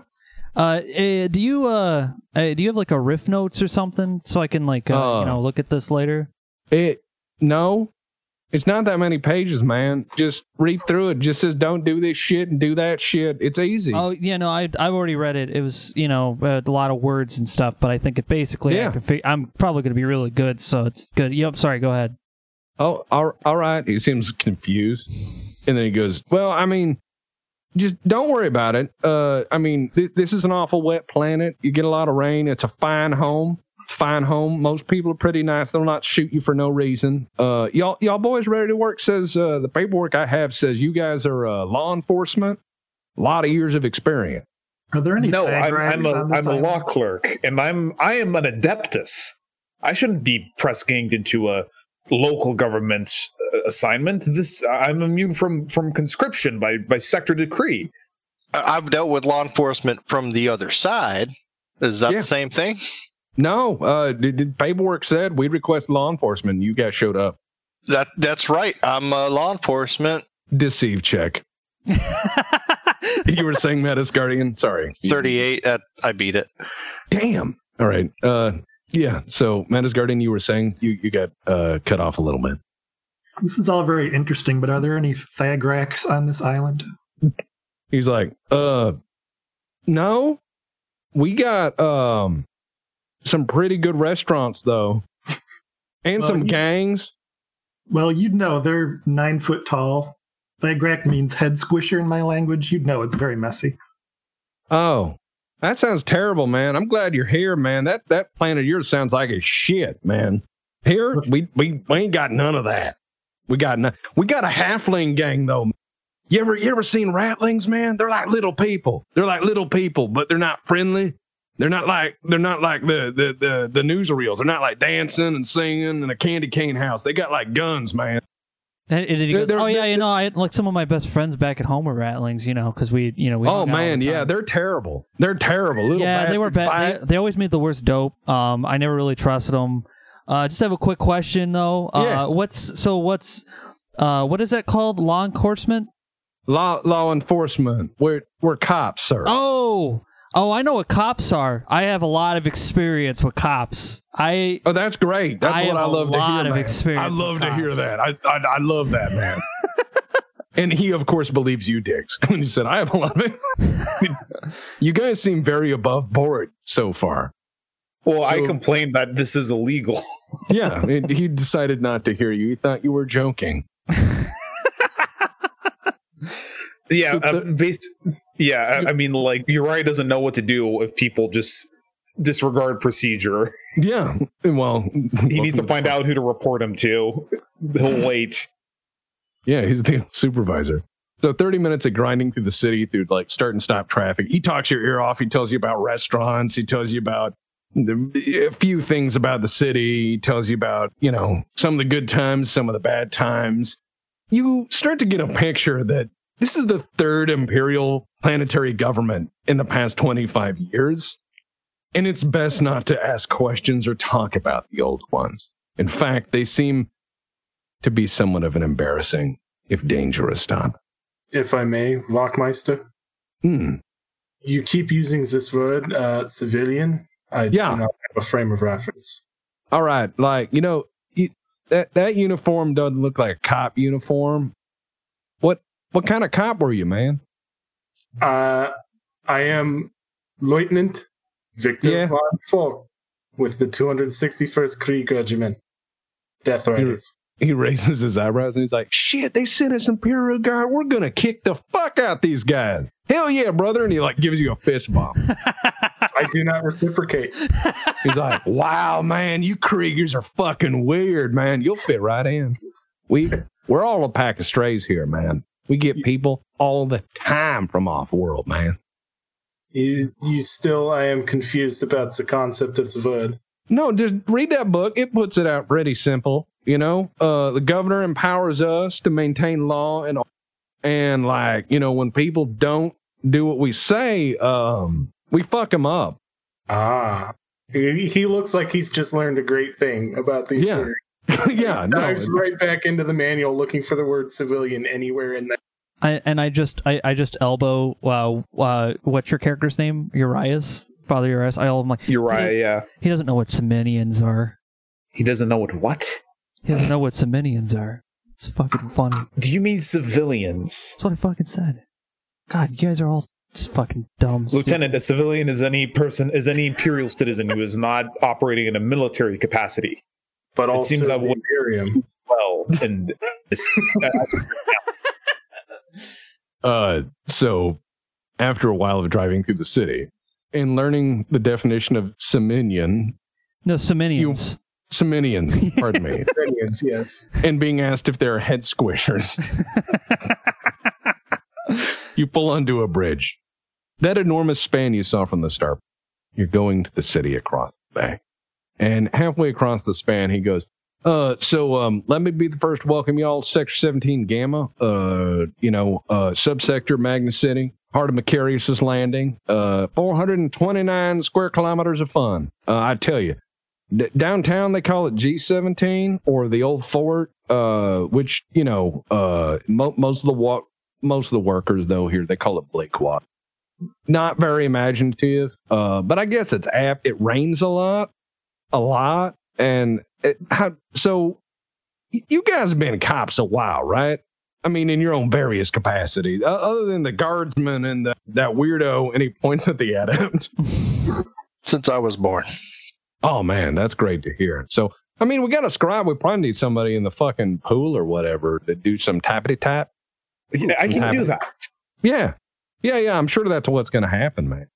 Uh, eh, do you uh, eh, do you have like a riff notes or something so I can like uh, Uh. you know look at this later? It no, it's not that many pages, man. Just read through it. Just says don't do this shit and do that shit. It's easy. Oh yeah, no, I I've already read it. It was you know uh, a lot of words and stuff, but I think it basically Yeah. I can fig- I'm probably going to be really good, so it's good. Yep, sorry, go ahead. oh, all, all right. He seems confused, and then he goes, "Well, I mean, just don't worry about it. Uh, I mean, this, this is an awful wet planet. You get a lot of rain. It's a fine home. Fine home. Most people are pretty nice. They'll not shoot you for no reason. Uh, y'all, y'all boys ready to work? Says uh, the paperwork I have says you guys are uh, law enforcement. A lot of years of experience. Are there any No, I'm, Thagrams I'm, a, on this I'm a island? law clerk, and I'm I am an adeptus. I shouldn't be press ganged into a local government uh, assignment. This I'm immune from from conscription by by sector decree. I- I've dealt with law enforcement from the other side. Is that Yeah. the same thing? No, uh, the, the paperwork said we request law enforcement. You guys showed up. That that's right. I'm uh, law enforcement. Deceive check. you were saying that as guardian. Sorry. Thirty-eight. That I beat it. Damn. All right. Uh, yeah. So Matt as guardian, you were saying you, you got uh, cut off a little bit. This is all very interesting, but are there any Thagraks on this island? He's like, uh, no, we got um some pretty good restaurants though, and Well, some you- gangs. Well, you'd know they're nine foot tall. Thagrak means head squisher in my language. You'd know it's very messy. Oh, that sounds terrible, man. I'm glad you're here, man. That that planet of yours sounds like a shit, man. Here we we, we ain't got none of that. We got none. We got a halfling gang though. You ever you ever seen ratlings, man? They're like little people. They're like little people, but they're not friendly. They're not like they're not like the the the, the newsreels. They're not like dancing and singing in a candy cane house. They got like guns, man. And, and then he They're- goes, they're- "Oh yeah, you know, I like some of my best friends back at home were rattlings, you know, because we you know we Oh hung out all man, the yeah, time." they're terrible. They're terrible. Little yeah, they were bastards bite. bad. They, they always made the worst dope. Um, I never really trusted them. Uh, just have a quick question though. Uh, Yeah. What's so what's uh what is that called? Law enforcement? law law enforcement. We're we're cops, sir. Oh, oh, I know what cops are. I have a lot of experience with cops. I Oh, that's great. That's I what have I a love to hear. lot of man. experience I with love to cops. hear that. I, I I love that, man. and he, of course, believes you, Dix. When you said, "I have a lot of," you guys seem very above board so far. Well, I So- complained that this is illegal. Yeah, and he decided not to hear you. He thought you were joking. yeah, So uh, based, yeah. I, I mean, like Uriah doesn't know what to do if people just disregard procedure. Yeah. Well, He needs to find out who to report him to. He'll wait. Yeah, he's the supervisor. So 30 minutes of grinding through the city through like start and stop traffic. He talks your ear off. He tells you about restaurants. He tells you about the, a few things about the city. He tells you about, you know, some of the good times, some of the bad times. You start to get a picture that this is the third imperial planetary government in the past 25 years. And it's best not to ask questions or talk about the old ones. In fact, they seem to be somewhat of an embarrassing, if dangerous, topic. If I may, Lockmeister, Hmm. you keep using this word, uh, civilian. I Yeah. do not have a frame of reference. All right, like you know, you, that that uniform doesn't look like a cop uniform. What what kind of cop were you, man? Uh, I am Lieutenant Victor Yeah. von Falk with the 261st Krieg Regiment. Death Riders. He raises his eyebrows and he's like, "Shit, they sent us Imperial Guard. We're gonna kick the fuck out these guys." Hell yeah, brother! And he like gives you a fist bump. I do not reciprocate. He's like, "Wow, man, you Kriegers are fucking weird, man. You'll fit right in. We we're all a pack of strays here, man. We get people all the time from off world, man. You, you still, I am confused about the concept of the word. No, just read that book. It puts it out pretty simple. You know, uh, the governor empowers us to maintain law and and like you know when people don't do what we say, um, we fuck them up. Ah. He he looks like he's just learned a great thing about the Yeah, yeah, no, dives it's- right back into the manual looking for the word civilian anywhere in there. I, and I just I, I just elbow uh, uh, what's your character's name? Urias, Father Urias. I am like Uriah. He yeah, he doesn't know what Seminians are. He doesn't know what what. He doesn't know what Seminians are. It's fucking funny. Do you mean civilians? That's what I fucking said. God, you guys are all just fucking dumb. Lieutenant, a civilian is any person is any imperial citizen who is not operating in a military capacity. But also it seems that Imperium. well and this, Uh, so, after a while of driving through the city and learning the definition of Seminian, no Seminians, you, Seminians, pardon me, Seminians, yes, and being asked if they're head squishers, you pull onto a bridge. That enormous span you saw from the start, you're going to the city across the bay. And halfway across the span, he goes, uh, so um, let me be the first to welcome y'all to Sector 17 Gamma, uh, you know, uh, subsector Magna City, heart of Macarius's Landing, uh, 429 square kilometers of fun. Uh, I tell you, d- downtown they call it G17 or the old fort, uh, which, you know, uh, mo- most of the walk, most of the workers though here, they call it Blake Walk. Not very imaginative, uh, but I guess it's apt. It rains a lot, a lot. And it, how, so you guys have been cops a while, right? I mean, in your own various capacities, uh, other than the guardsman and the, that weirdo, and he points at the adept. Since I was born. Oh man, that's great to hear. So, I mean, we got a scribe. We probably need somebody in the fucking pool or whatever to do some tappity tap. Yeah, I can do that. Yeah, yeah, yeah. I'm sure that's what's going to happen, man.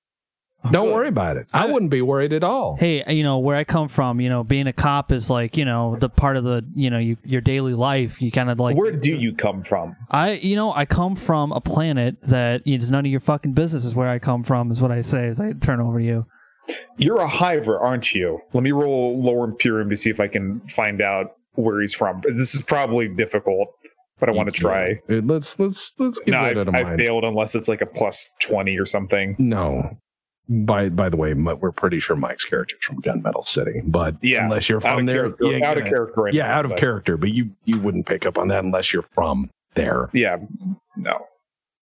Don't Oh, Good. worry about it. I, I wouldn't be worried at all. Hey, uh, you know where I come from. You know, being a cop is like you know the part of the you know you, your daily life. You kind of like. Where do you come from? I you know I come from a planet that is none of your fucking business. Is where I come from. Is what I say as I turn over to you. You're a hiver, aren't you? Let me roll lower imperium to see if I can find out where he's from. This is probably difficult, but I want to try. Let's let's let's give no, that I, I failed unless it's like a plus twenty or something. No, by by the way, we're pretty sure Mike's character's from Gunmetal City, but yeah, unless you're from there, yeah, out of character, yeah, that, out of but. character. But you you wouldn't pick up on that unless you're from there. Yeah, no.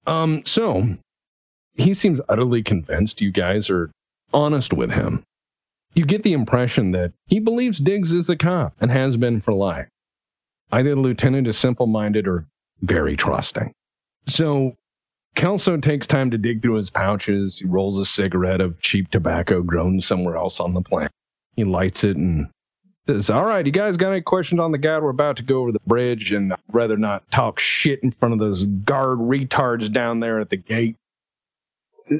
Um, so he seems utterly convinced you guys are honest with him. You get the impression that he believes Diggs is a cop and has been for life. Either the lieutenant is simple-minded or very trusting. So Kelso takes time to dig through his pouches. He rolls a cigarette of cheap tobacco grown somewhere else on the planet. He lights it and says, All right, you guys got any questions on the guide? We're about to go over the bridge, and I'd rather not talk shit in front of those guard retards down there at the gate.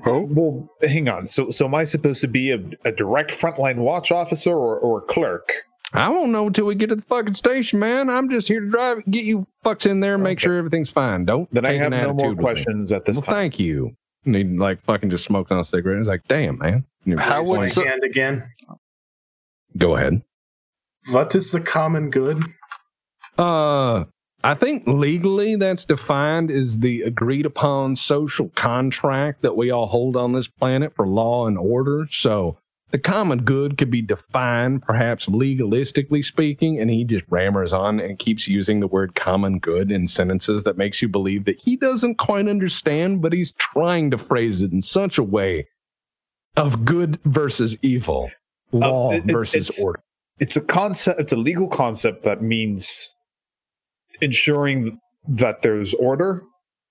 Oh, well, hang on. So, so am I supposed to be a, a direct frontline watch officer or, or a clerk? I won't know until we get to the fucking station, man. I'm just here to drive, get you fucks in there, make okay. sure everything's fine. Don't. Then I have no more questions at this well, time. Thank you. And he like fucking just smoked on a cigarette. He's like, damn, man. How would my so- hand again? Go ahead. What is the common good? Uh, I think legally that's defined as the agreed upon social contract that we all hold on this planet for law and order. So the common good could be defined, perhaps legalistically speaking, and he just rammers on and keeps using the word common good in sentences that makes you believe that he doesn't quite understand, but he's trying to phrase it in such a way of good versus evil, law oh, it, versus it's, order. It's a concept, it's a legal concept that means ensuring that there's order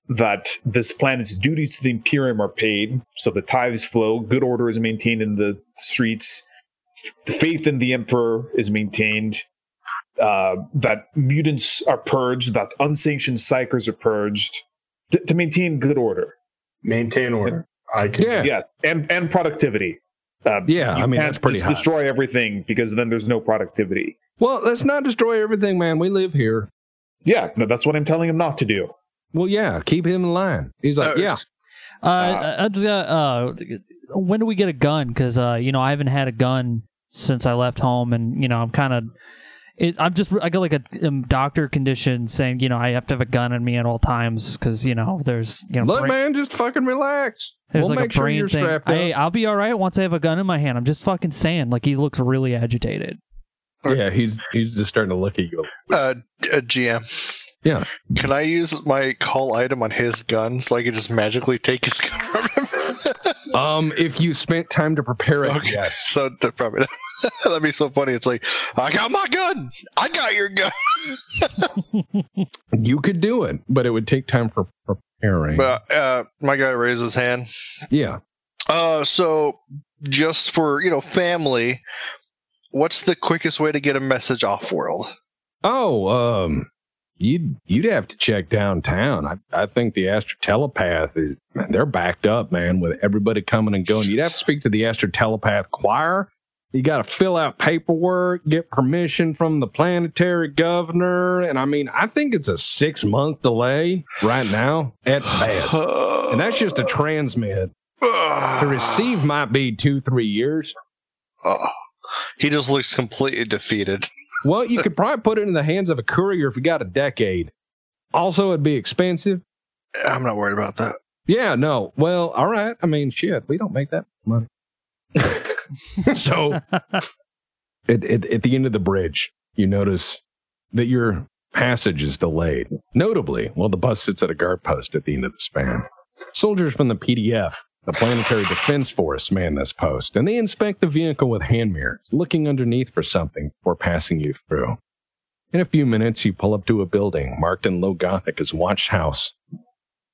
that this planet's duties to the Imperium are paid, so the tithes flow, good order is maintained in the streets, the faith in the Emperor is maintained, uh, that mutants are purged, that unsanctioned psychers are purged, th- to maintain good order. Maintain order. I can. Yeah. Yes, and and productivity. Uh, yeah, I mean that's pretty. High. Destroy everything because then there's no productivity. Well, let's not destroy everything, man. We live here. Yeah, no, that's what I'm telling him not to do. Well, yeah, keep him in line. He's like, uh, yeah. Uh, uh, I just got. Uh, when do we get a gun? Because uh, you know, I haven't had a gun since I left home, and you know, I'm kind of. I'm just. I got like a um, doctor condition saying, you know, I have to have a gun on me at all times because you know, there's you know. Look, brain, man, just fucking relax. There's we'll like make a brain sure you're thing. strapped Hey, I'll be all right once I have a gun in my hand. I'm just fucking saying. Like he looks really agitated. Yeah, he's he's just starting to look at you. Uh, GM. Yeah. uh, Can I use my call item on his gun so I can just magically take his gun from him? um, if you spent time to prepare it, Okay. yes. So that probably that'd be so funny. It's like I got my gun. I got your gun. You could do it, but it would take time for preparing. But uh, my guy raises his hand. yeah. Uh, so just for you know family, what's the quickest way to get a message off world? Oh, um, you'd you'd have to check downtown. I I think the Astro Telepath is they're backed up, man, with everybody coming and going. You'd have to speak to the Astro Telepath Choir. You got to fill out paperwork, get permission from the planetary governor, and I mean, I think it's a six month delay right now at best, and that's just a transmit. Ah. To receive might be two three years. Oh, he just looks completely defeated. Well, you could probably put it in the hands of a courier if you got a decade. Also, it'd be expensive. I'm not worried about that. Yeah, no. Well, all right. I mean, shit, we don't make that money. so at, at, at the end of the bridge, you notice that your passage is delayed. Notably, while the bus sits at a guard post at the end of the span, soldiers from the PDF, the Planetary Defense Force, man this post, and they inspect the vehicle with hand mirrors, looking underneath for something before passing you through. In a few minutes, you pull up to a building marked in low Gothic as Watch House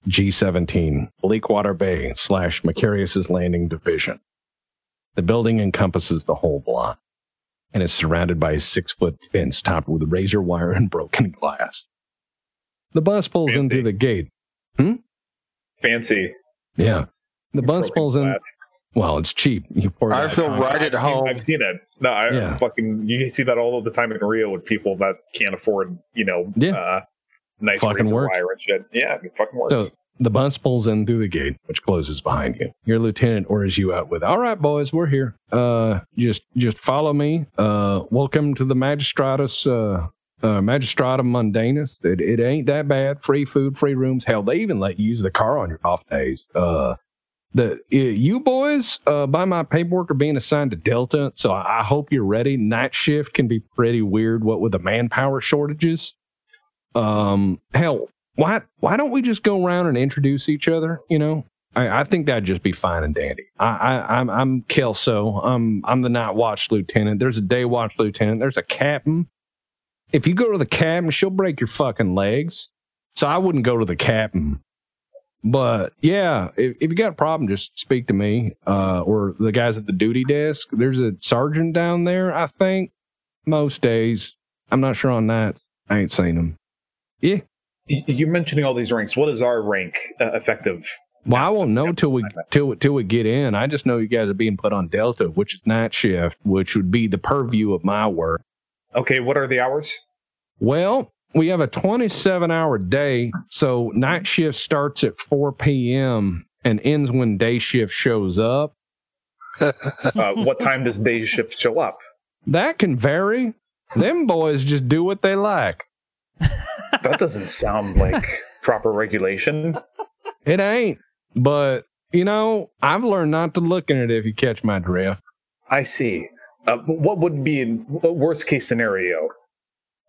G17, Bleakwater Bay slash Macarius's Landing Division. The building encompasses the whole block and is surrounded by a six foot fence topped with razor wire and broken glass. The bus pulls in through the gate. Fancy. Yeah. The bus pulls in. Well, it's cheap. You pour it I out feel concrete. right at home. I've seen it. No, I Yeah. fucking you see that all of the time in Rio with people that can't afford, you know, Yeah. uh, nice Fucking razor works. wire and shit. Yeah, it fucking works. So the bus pulls in through the gate, which closes behind you. Your lieutenant orders you out with, "All right, boys, we're here. Uh, just just follow me. Uh, welcome to the Magistratus uh, uh, Magistratum Mundanus. It, it ain't that bad. Free food, free rooms. Hell, they even let you use the car on your off days. Uh, the uh, you boys, uh, by my paperwork, are being assigned to Delta, so I, I hope you're ready. Night shift can be pretty weird. What with the manpower shortages." Um, hell, why why don't we just go around and introduce each other? You know, I, I think that'd just be fine and dandy. I, I I'm I'm Kelso. I'm I'm the night watch lieutenant. There's a day watch lieutenant. There's a captain. If you go to the captain, she'll break your fucking legs. So I wouldn't go to the captain. But yeah, if, if you got a problem, just speak to me uh, or the guys at the duty desk. There's a sergeant down there, I think. Most days, I'm not sure on nights. I ain't seen him. Yeah. Y- You're mentioning all these ranks. What is our rank uh, effective? Well, I won't know till we till till we get in. I just know you guys are being put on Delta, which is night shift, which would be the purview of my work. Okay, what are the hours? Well, we have a 27 hour day, so night shift starts at 4 p.m. and ends when day shift shows up. Uh, what time does day shift show up? That can vary. Them boys just do what they like. That doesn't sound like proper regulation. It ain't, but you know, I've learned not to look at it if you catch my drift. I see. Uh, what would be a worst case scenario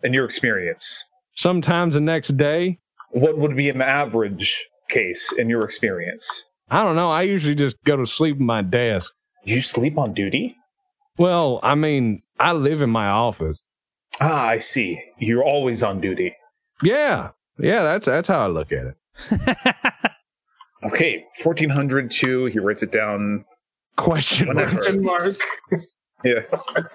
in your experience? Sometimes the next day, What would be an average case in your experience? I don't know, I usually just go to sleep at my desk. You sleep on duty? Well, I mean, I live in my office. Ah, I see. You're always on duty. Yeah. Yeah, that's that's how I look at it. Okay, 1402. He writes it down. Question mark. Whatever. Yeah.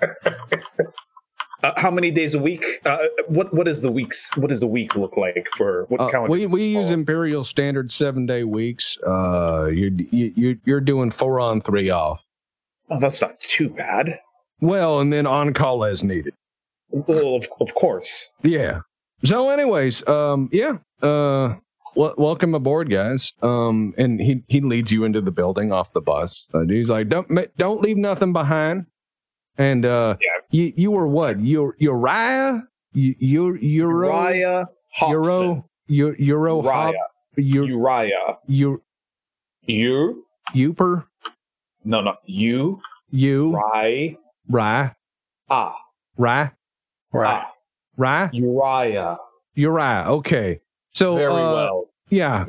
uh, how many days a week? Uh, what what is the weeks? What does the week look like for what Uh, calendar? we does we it use follow? imperial standard seven day weeks. Uh, you're you, you're you're doing four on three off. Oh, that's not too bad. Well, and then on call as needed. Well, of, of course. Yeah. So, anyways, um, yeah. Uh, wel- welcome aboard, guys. Um, and he he leads you into the building off the bus. Uh, he's like, don't ma- don't leave nothing behind. And uh, Yeah. you you were what? You Uriah? You you Euro Uriah Hobson. Euro Eu- Euro Hop Uriah. you Uriah. you You? Uper No, no. You. you Uriah. Rye Rye Ah. Rye Right. Rye Uriah. Uriah. Okay. So Very uh, well. Yeah.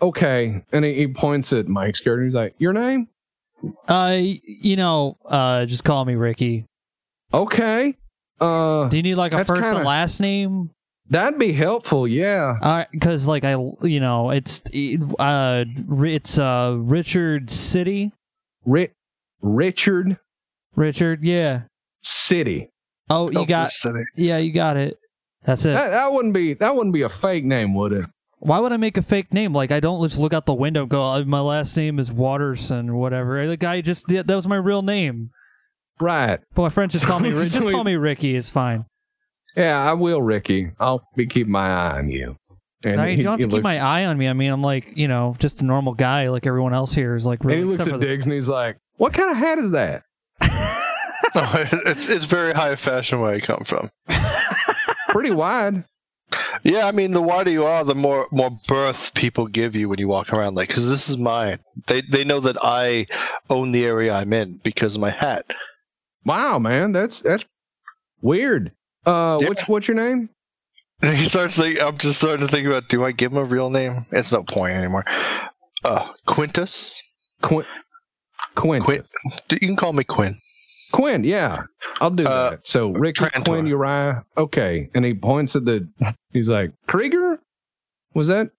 Okay. And he, he points at Mike's character. He's like, "Your name?" Uh, you know, uh, just call me Ricky. Okay. Uh, Do you need like a that's first kinda- and last name? That'd be helpful. Yeah. because like I, you know, it's uh, it's uh, Richard City, Ri- Richard Richard. Yeah. City. Oh, you Help got. this city. Yeah, you got it. That's it. That, that wouldn't be that wouldn't be a fake name, would it? Why would I make a fake name? Like I don't just look out the window. and Go. "Oh, My last name is Waterson or whatever. Like I just yeah, that was my real name. Right. But my friends just call me. Ri- Just So- call me Ricky. It's fine. Yeah, I will, Ricky. I'll be keeping my eye on you. And I, you don't have to he keep looks- my eye on me. I mean, I'm like you know just a normal guy like everyone else here is like. And Really, he looks except at for the- Diggs and he's like, "What kind of hat is that?" No, it's it's very high fashion where I come from. Pretty wide. Yeah, I mean, the wider you are, the more more birth people give you when you walk around. Like, because this is mine. They they know that I own the area I'm in because of my hat. Wow, man, that's that's weird. Uh, Yeah. what's what's your name? And he starts think. I'm just starting to think about. Do I give him a real name? It's no point anymore. Uh, Quintus. Quin. Quinn. Quin. You can call me Quinn. Quinn. Yeah, I'll do Uh, that. So Ricky, Trantor. Quinn, Uriah. Okay, and he points at the. He's like Krieger. Was that?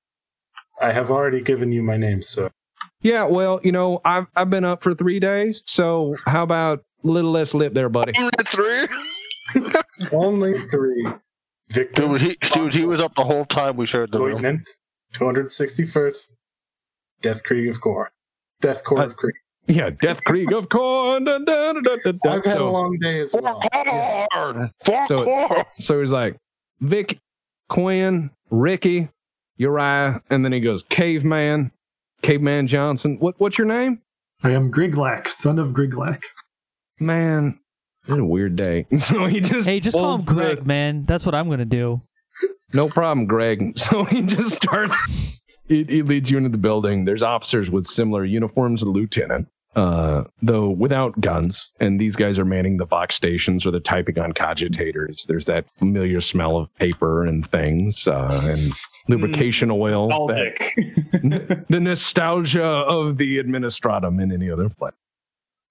I have already given you my name, so Yeah. Well, you know, I've I've been up for three days. So how about a little less lip there, buddy? Three. only three. Victor, Dude, he dude, he was up the whole time we shared the room. Lieutenant, 261st, Death Krieg of Gore. Death Core Uh, of Krieg. Yeah, Death Krieg of corn. Da, da, da, da, da, da. I've had So- a long day as well. So it's- So he's like, Vic, Quinn, Ricky, Uriah, and then he goes, Caveman, Caveman Johnson. What what's your name? I am Griglak, son of Griglak. Man, what a weird day. So he just Hey, just call him folds the- Greg, man. That's what I'm gonna do. no problem, Greg. So he just starts. It, it leads you into the building. There's officers with similar uniforms, to lieutenant, uh, though without guns. And these guys are manning the Vox stations or the typing on cogitators. There's that familiar smell of paper and things uh, and lubrication oil. that- the nostalgia of the administratum in any other place.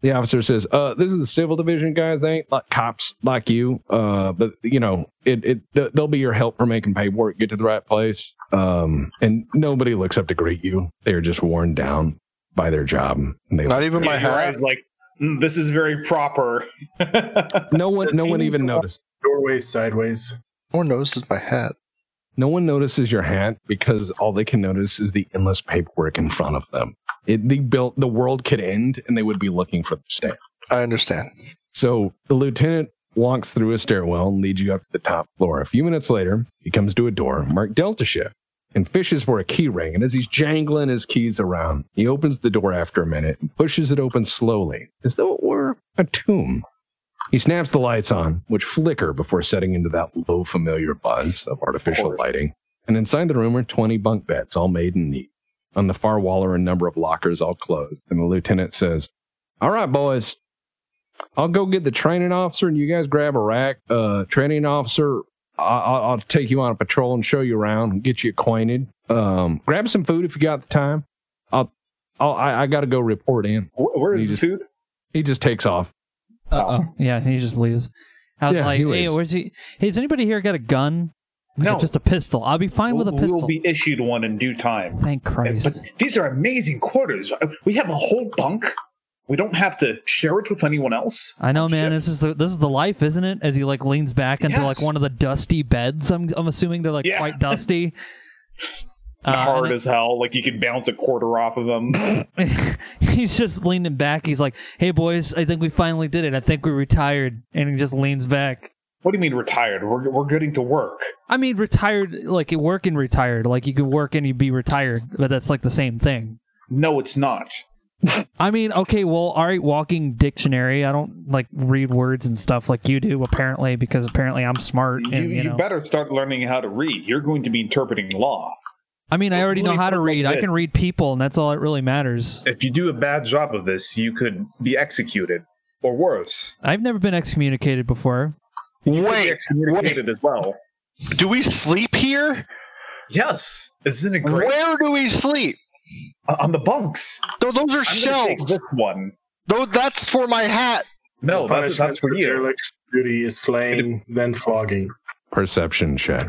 The officer says, uh, this is the civil division guys. They ain't like cops like you. Uh, but you know, it, it, th- they'll be your help for making paperwork, get to the right place. Um, and nobody looks up to greet you. They're just worn down by their job. And they, Not even my hat. Uriah's like, "Mm, this is very proper. no one, no Does he one need even to- noticed. Doorway sideways. Or notices my hat. No one notices your hat because all they can notice is the endless paperwork in front of them. It, the built, the world could end and they would be looking for the stamp. I understand. So the lieutenant walks through a stairwell and leads you up to the top floor. A few minutes later, he comes to a door marked Delta Shift and fishes for a key ring. And as he's jangling his keys around, he opens the door after a minute and pushes it open slowly, as though it were a tomb. He snaps the lights on, which flicker before setting into that low, familiar buzz of artificial course. lighting. And inside the room are 20 bunk beds, all made and neat. On the far wall are a number of lockers, all closed. And the lieutenant says, All right, boys, I'll go get the training officer and you guys grab a rack. Uh, training officer, I- I- I'll take you on a patrol and show you around, get you acquainted. Um, grab some food if you got the time. I'll, I'll I, I got to go report in. Wh- Where He is the just- food? He just takes off. Uh oh. Yeah, he just leaves. I was Yeah, like, he hey, leaves. where's he? Hey, has anybody here got a gun? Like, No. just a pistol. I'll be fine with a We will pistol. be issued one in due time. Thank Christ. But these are amazing quarters. Uh, We have a whole bunk. We don't have to share it with anyone else. I know, man. Oh, Shit. This is the this is the life, isn't it? As he like leans back into like Yes. one of the dusty beds. I'm I'm assuming they're like Yeah. quite dusty. Uh, and Hard as hell. Like you could bounce a quarter off of them. he's just leaning back. He's like, "Hey, boys, I think we finally did it. I think we retired." And he just leans back. what do you mean retired? We're, we're getting to work. I mean, retired like you work and retired. Like you could work and you'd be retired, but that's like the same thing. No, it's not. I mean, okay, well, all right, walking dictionary. I don't like read words and stuff like you do, apparently, because apparently I'm smart. You, And, you, you know, better start learning how to read. You're going to be interpreting law. I mean, I already know Let me how to put it like read. I this. can read people, and that's all that really matters. If you do a bad job of this, you could be executed or worse. I've never been excommunicated before. You could be Wait, excommunicated as well. Do we sleep here? Yes. Isn't it great? Where do we sleep? Uh, on the bunks. No, those are I'm shelves. This one. No, that's for my hat. Oh, No, that's, that's for you. Duty is flaying, then flogging. Perception check.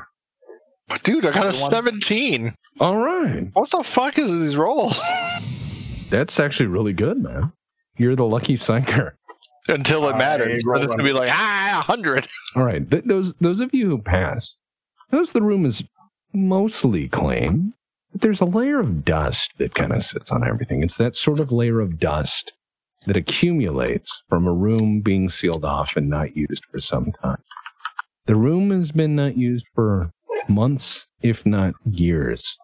Dude, I got a 17. All right. What the fuck is these rolls? That's actually really good, man. You're the lucky sinker. Until it matters. But it's going to be like, ah, 100. All right. Th- those, those of you who pass, notice the room is mostly clean. But there's a layer of dust that kind of sits on everything. It's that sort of layer of dust that accumulates from a room being sealed off and not used for some time. The room has been not used for months, if not years.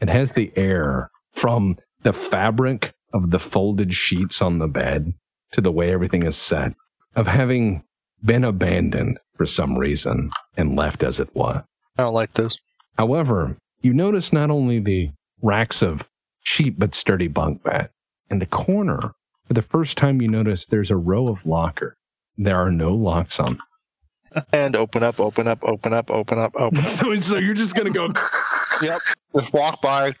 It has the air from the fabric of the folded sheets on the bed to the way everything is set of having been abandoned for some reason and left as it was. I don't like this. However, you notice not only the racks of cheap but sturdy bunk bed in the corner, for the first time you notice there's a row of locker. There are no locks on them and open up, open up, open up, open up, open. Up. so, so you're just gonna go. yep. Just walk by.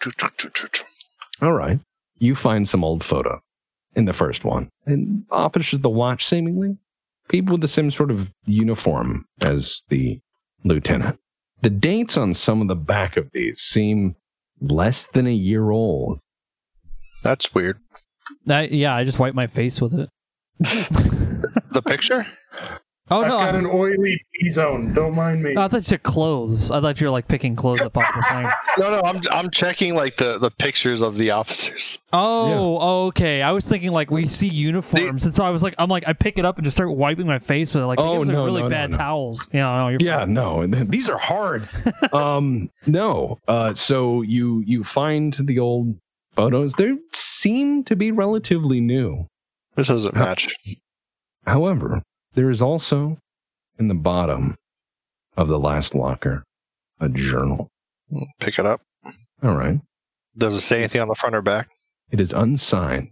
All right. You find some old photo in the first one, and officers of the watch seemingly people with the same sort of uniform as the lieutenant. The dates on some of the back of these seem less than a year old. That's weird. That, yeah, I just wiped my face with it. the picture? Oh I've no! Uh, got I- an oily T zone. Don't mind me. I thought you took clothes. I thought you were like picking clothes up off the thing. No, no, I'm I'm checking like the the pictures of the officers. Oh, okay. I was thinking like we see uniforms, and so I was like, I'm like, I pick it up and just start wiping my face with it. Like, Oh, these no, are really no, no, bad no. towels. Yeah, no, you're Yeah, no, these are hard. um, no, uh, so you you find the old photos. They seem to be relatively new. This doesn't match. However, there is also in the bottom of the last locker a journal. Pick it up. All right, Does it say anything on the front or back? it is unsigned,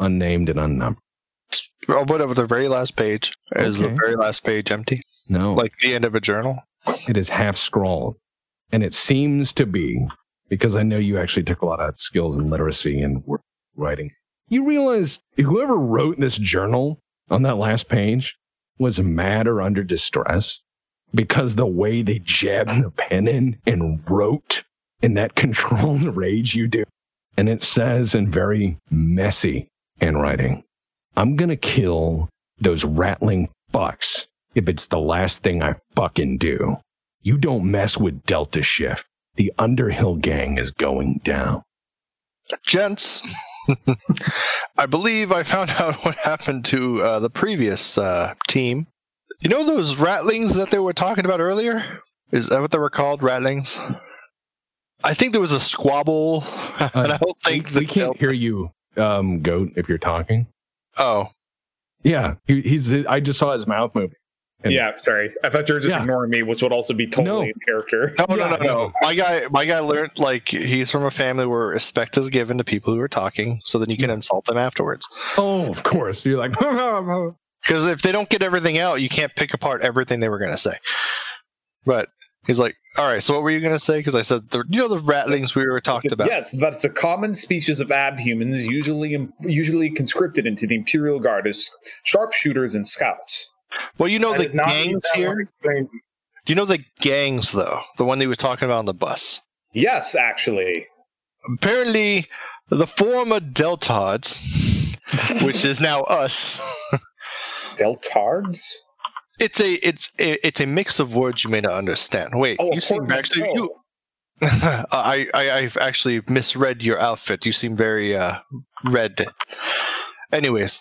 unnamed, and unnumbered. Oh, whatever. The very last page is the Okay. very last page empty, No, like the end of a journal. It is half scrawled. And it seems to be, because I know you actually took a lot of skills in literacy and wor- writing, you realize whoever wrote this journal on that last page was mad or under distress because the way they jabbed the pen in and wrote in that controlled rage you do. And it says in very messy handwriting, I'm going to kill those rattling fucks if it's the last thing I fucking do. You don't mess with Delta Shift. The Underhill gang is going down. Gents, I believe I found out what happened to uh, the previous uh, team. You know those rattlings that they were talking about earlier? Is that what they were called? Rattlings? I think there was a squabble, and I don't think Uh, We the can't hear you, um, Goat, if you're talking. Oh, Yeah, he, he's. I just saw his mouth move. And- yeah, sorry. I thought you were just Yeah. ignoring me, which would also be totally No. in character. Oh, No, Yeah, no, no, no. My guy, my guy learned like he's from a family where respect is given to people who are talking, so then you can insult them afterwards. Oh, of course. You're like, Because if they don't get everything out, you can't pick apart everything they were gonna say. But he's like, "All right, so what were you gonna say?" Because I said, the, "You know the rattlings we were talked about." Yes, that's a common species of abhumans, usually usually conscripted into the Imperial Guard as sharpshooters and scouts. Well, you know I Oh, the did not need gangs that here. one explained. You know the gangs though. The one they were talking about on the bus. Yes, actually. Apparently, the former Deltods, which is now us. Deltards? It's a it's a, it's a mix of words you may not understand. Wait, Oh, you seem actually portmanteau. you. I, I I've actually misread your outfit. You seem very uh red. Anyways,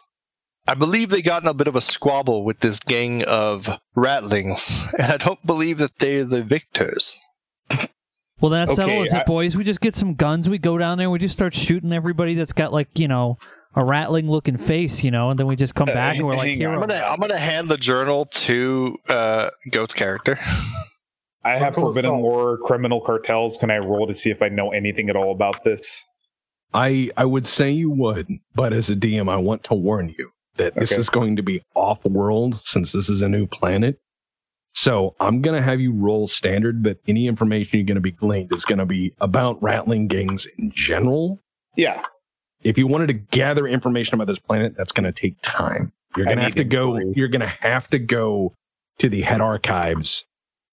I believe they got in a bit of a squabble with this gang of rattlings, and I don't believe that they're the victors. Well, then that's Okay, settle is I- it, boys. We just get some guns. We go down there. We just start shooting everybody that's got like you know a rattling looking face, you know, and then we just come back and we're like, Uh, hang here. on. I'm gonna I'm gonna hand the journal to uh Goat's character. I have Frontal forbidden assault. war criminal cartels. Can I roll to see if I know anything at all about this? I, I would say you would, but as a DM, I want to warn you that this Okay. is going to be off world since this is a new planet. So I'm going to have you roll standard, but any information you're going to be gleaned is going to be about rattling gangs in general. Yeah. If you wanted to gather information about this planet, that's going to take time. You're going to have to go. You're going to have to go to the head archives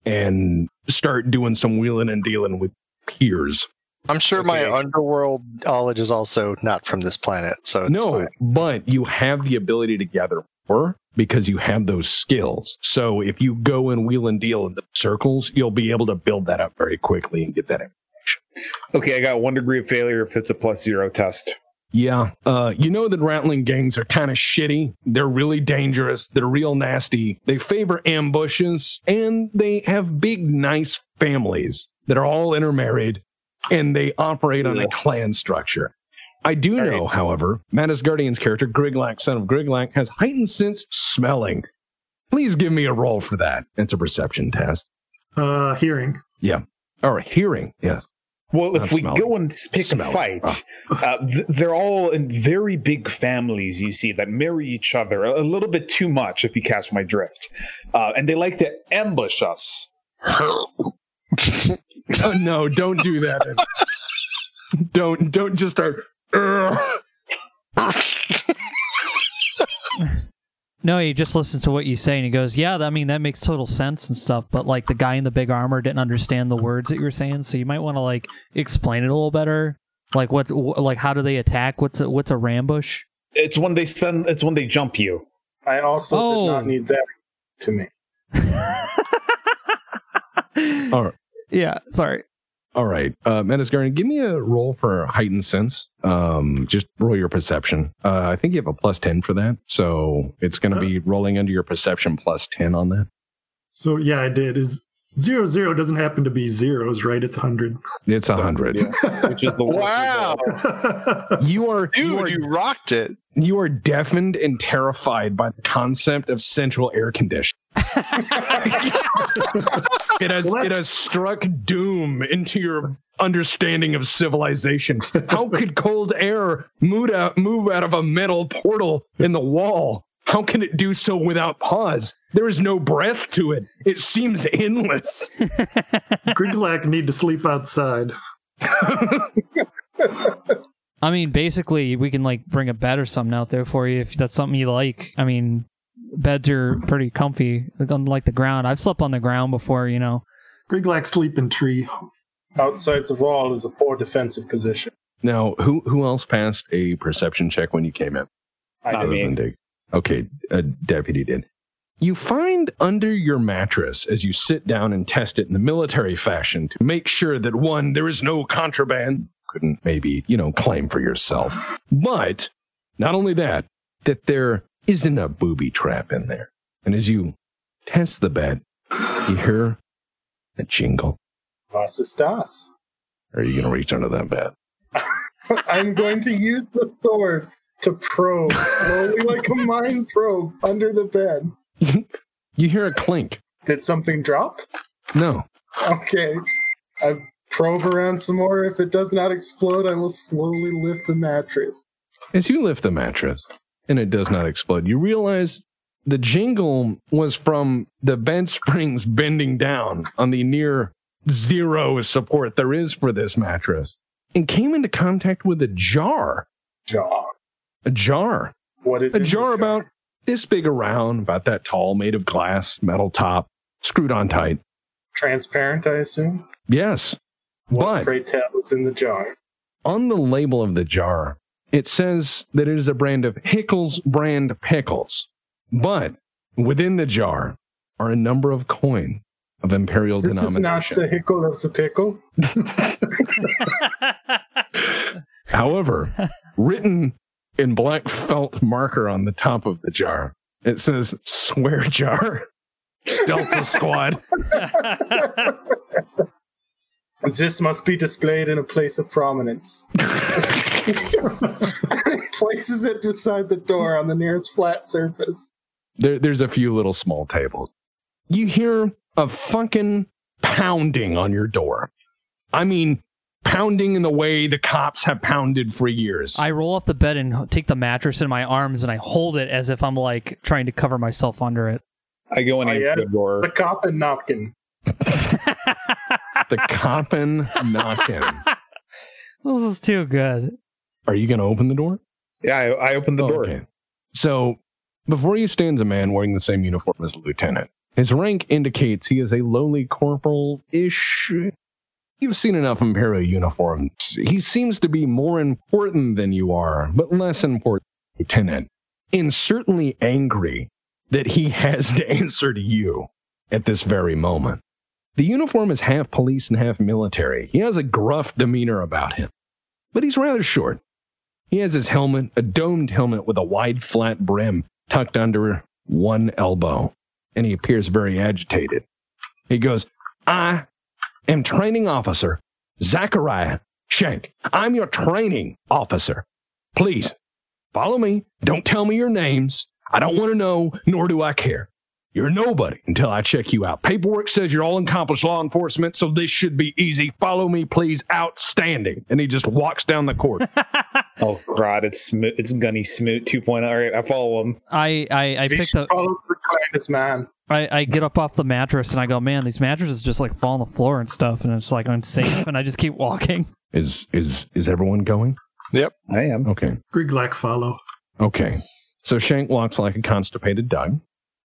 and start doing some wheeling and dealing with peers. I'm sure my underworld knowledge is also not from this planet, so no, fine. but you have the ability to gather more because you have those skills. So if you go and wheel and deal in the circles, you'll be able to build that up very quickly and get that information. Okay, I got one degree of failure if it's a plus zero test. Yeah, uh, you know that rattling gangs are kind of shitty. They're really dangerous. They're real nasty. They favor ambushes, and they have big, nice families that are all intermarried, and they operate on a clan structure. I do know, however, Mattis Guardian's character, Griglak, son of Griglak, has heightened sense smelling. Please give me a roll for that. It's a perception test. Uh, hearing. Yeah. Or hearing, yes. Well, Not if we smelling. go and pick a Smelling. fight, uh, th- they're all in very big families, you see, that marry each other a, a little bit too much, if you catch my drift. Uh, and they like to ambush us. oh, no, don't do that. don't don't just start. "Urgh." No, he just listens to what you say and he goes, "Yeah, I mean that makes total sense and stuff." But like the guy in the big armor didn't understand the words that you were saying, so you might want to like explain it a little better. Like what's wh- like how do they attack? What's a, what's a rambush? It's when they send. It's when they jump you. I also Oh. did not need that to me. All right. Yeah, sorry. All right. Uh, Mattis Guardian, give me a roll for heightened sense. Um, just roll your perception. Uh, I think you have a plus 10 for that. So it's going to be rolling under your perception plus 10 on that. So yeah, I did. Is zero zero doesn't happen to be zeros, right? It's hundred. It's a 100. Which is the Wow, You are dude, you are you rocked it. you are deafened and terrified by the concept of central air conditioning. it has it has struck doom into your understanding of civilization. How could cold air move out, move out of a metal portal in the wall? How can it do so without pause? There is no breath to it. It seems endless. Griglak need to sleep outside. I mean, basically, we can like bring a bed or something out there for you if that's something you like. I mean, beds are pretty comfy, like, unlike the ground. I've slept on the ground before, you know. Griglak sleep in tree. Outside the wall is a poor defensive position. Now, who who else passed a perception check when you came in? I Other than mean, Dig. Okay, a deputy did. You find under your mattress as you sit down and test it in the military fashion to make sure that one, there is no contraband. Couldn't maybe, you know, claim for yourself. But not only that, that there isn't a booby trap in there. And as you test the bed, you hear a jingle. was ist das? Are you going to reach under that bed? I'm going to use the sword to probe slowly, like a mind probe, under the bed. You hear a clink. Did something drop? No, Okay. I probe around some more. If it does not explode, I will slowly lift the mattress. As you lift the mattress and it does not explode, you realize the jingle was from the bed springs bending down on the near zero support there is for this mattress and came into contact with a jar. Jaw. A jar. What is A in the jar about this big around, about that tall, made of glass, metal top, screwed on tight. Transparent, I assume. Yes. But Pray tell, it's in the jar. on the label of the jar, it says that it is a brand of Hickles brand pickles. But within the jar are a number of coin of imperial This is denomination. not the hickle of the pickle. However, written in black felt marker on the top of the jar, it says swear jar. Delta Squad. This must be displayed in a place of prominence. Places it beside the door on the nearest flat surface. There, there's a few little small tables. You hear a fucking pounding on your door. I mean, pounding in the way the cops have pounded for years. I roll off the bed and h- take the mattress in my arms and I hold it as if I'm like trying to cover myself under it. I go and Oh, answer yes. the door. The cop and Nopkin. the coppin knocking. This is too good. Are you going to open the door? Yeah, I, I opened the door. Oh, Okay. So before you stands a man wearing the same uniform as a lieutenant. His rank indicates he is a lowly corporal ish. You've seen enough Imperial uniforms. He seems to be more important than you are, but less important, Lieutenant, and certainly angry that he has to answer to you at this very moment. The uniform is half police and half military. He has a gruff demeanor about him, but he's rather short. He has his helmet, a domed helmet with a wide flat brim tucked under one elbow, and he appears very agitated. He goes, I am training officer Zachariah Shank. I'm your training officer. Please follow me. Don't tell me your names. I don't want to know, nor do I care. You're nobody until I check you out. Paperwork says you're all accomplished law enforcement, so this should be easy. Follow me, please. Outstanding. And he just walks down the court. Oh god, it's Smoot, it's Gunny Smoot 2.0. All right, I follow him. I I, I picked up. Follows the kindest man. I, I get up off the mattress and I go, man, these mattresses just like fall on the floor and stuff, and it's like unsafe, and I just keep walking. Is is is everyone going? Yep, I am. Okay. Griglack follow. Okay. So Shank walks like a constipated dog.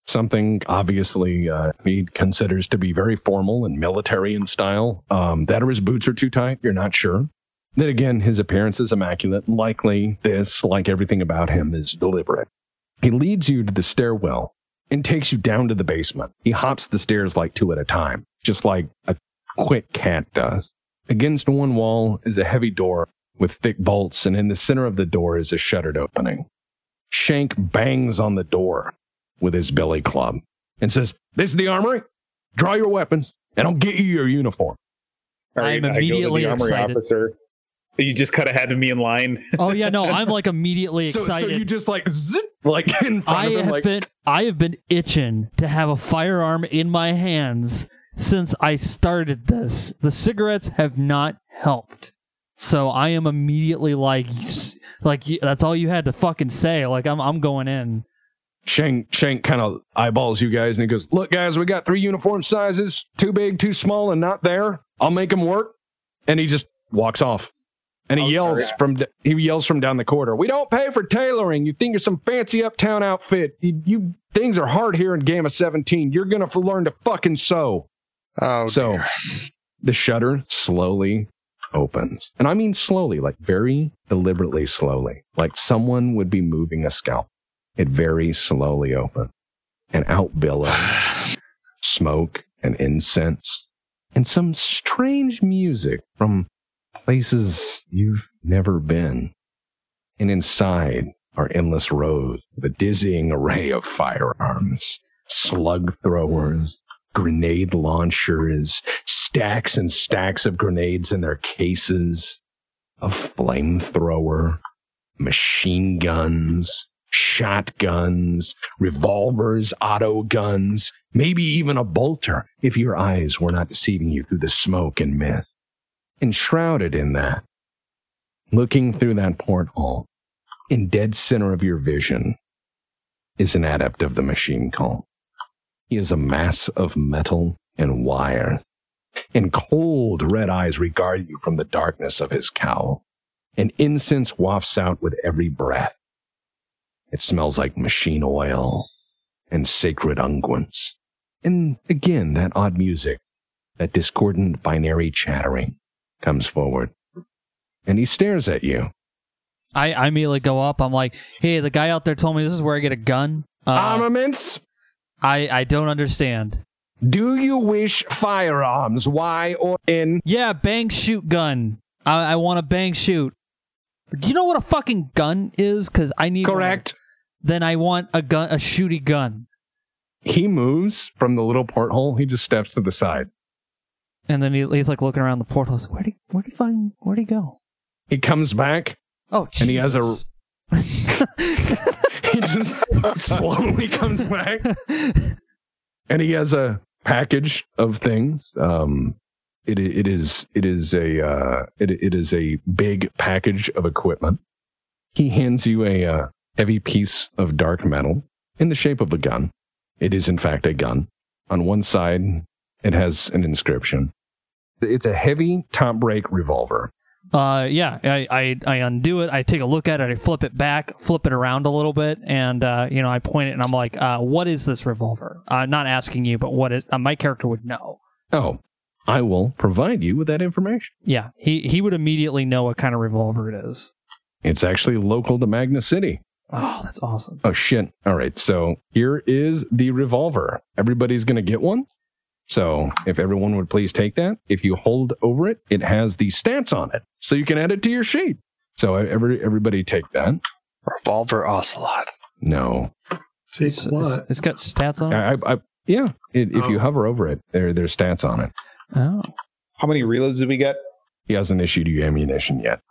Something obviously uh, he considers to be very formal and military in style. Um, that or his boots are too tight. You're not sure. Then again, his appearance is immaculate. Likely, this, like everything about him, is deliberate. He leads you to the stairwell and takes you down to the basement. He hops the stairs like two at a time, just like a quick cat does. Against one wall is a heavy door with thick bolts, and in the center of the door is a shuttered opening. Shank bangs on the door with his billy club and says, This is the armory. Draw your weapons, and I'll get you your uniform. All I'm I go to the immediately armory excited. officer. You just cut ahead of me in line. Oh yeah, no, I'm like immediately So, so excited. you just like, zip, like in front I of him, have like, been I have been itching to have a firearm in my hands since I started this. The cigarettes have not helped. So I am immediately like "S- like y- that's all you had to fucking say. Like I'm I'm going in. Shank, Shank kind of eyeballs you guys and he goes, Look, guys, we got three uniform sizes, too big, too small, and not there. I'll make them work. And he just walks off. And he yells from d- he yells from down the corridor. We don't pay for tailoring. You think you're some fancy uptown outfit. You, you things are hard here in Gamma 17. You're gonna f- learn to fucking sew. Oh, so the shutter slowly opens, and I mean slowly, like very deliberately slowly, like someone would be moving a scalpel. It very slowly opens, and out billows smoke and incense, and some strange music from places you've never been. And inside are endless rows of a dizzying array of firearms, slug throwers, grenade launchers, stacks and stacks of grenades in their cases, a flamethrower, machine guns, shotguns, revolvers, auto guns, maybe even a bolter if your eyes were not deceiving you through the smoke and mist. Enshrouded in that, looking through that porthole, in dead center of your vision, is an adept of the machine call. He is a mass of metal and wire, and cold red eyes regard you from the darkness of his cowl, and incense wafts out with every breath. It smells like machine oil and sacred unguents. And again, that odd music, that discordant binary chattering comes forward. And he stares at you. I, I immediately go up. I'm like, hey, the guy out there told me this is where I get a gun. Uh, Armaments? I, I don't understand. Do you wish firearms? Why or in? Yeah, bang shoot gun. I, I want a bang shoot. Do you know what a fucking gun is? Because I need one. Correct. Then I want a gun, a shooty gun. He moves from the little porthole. He just steps to the side. And then he, he's like looking around the portal. He's like, where do where do find where do you go? He comes back Oh, and he has a Jesus. he just slowly comes back and he has a package of things um it, it is it is a uh, it, it is a big package of equipment he hands you a uh, heavy piece of dark metal in the shape of a gun It is, in fact, a gun. On one side, it has an inscription. It's a heavy top brake revolver. Uh, yeah, I, I, I undo it. I take a look at it. I flip it back, flip it around a little bit, and uh, you know, I point it, and I'm like, uh, "What is this revolver?" Uh, not asking you, but what is? Uh, my character would know. Oh, I will provide you with that information. Yeah, he he would immediately know what kind of revolver it is. It's actually local to Magna City. Oh, that's awesome. Oh, shit. All right. So here is the revolver. Everybody's going to get one. So if everyone would please take that, if you hold over it, it has the stats on it. So you can add it to your sheet. So e-, every, everybody take that. Revolver Ocelot. No. Take It's- what? it's- it's got stats on I, it. I, I, yeah. It, if you Oh. hover over it, there, there's stats on it. oh, How many reloads did we get? He hasn't issued you ammunition yet.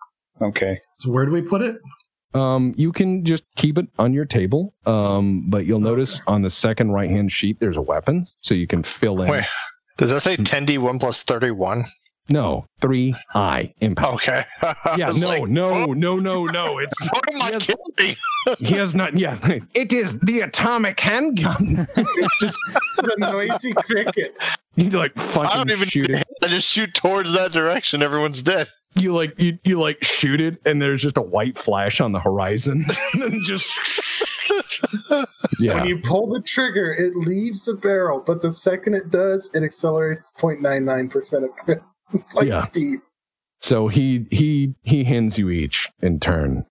Okay. So where do we put it? Um, you can just keep it on your table. Um, but you'll notice on the second right hand sheet, there's a weapon. So you can fill in. Wait, does that Hmm. say 10d1 plus 31? No, three I impact. Okay. Yeah, no, "Oh." no, no, no, no. It's What am I kidding? he has not. Yeah, it is the atomic handgun. just the noisy cricket. you like I fucking don't even shoot it. I just shoot towards that direction. Everyone's dead. You like you you like shoot it, and there's just a white flash on the horizon. and just yeah, When you pull the trigger, it leaves the barrel, but the second it does, it accelerates to 0.99% of crit- light Yeah. speed. So he he he hands you each in turn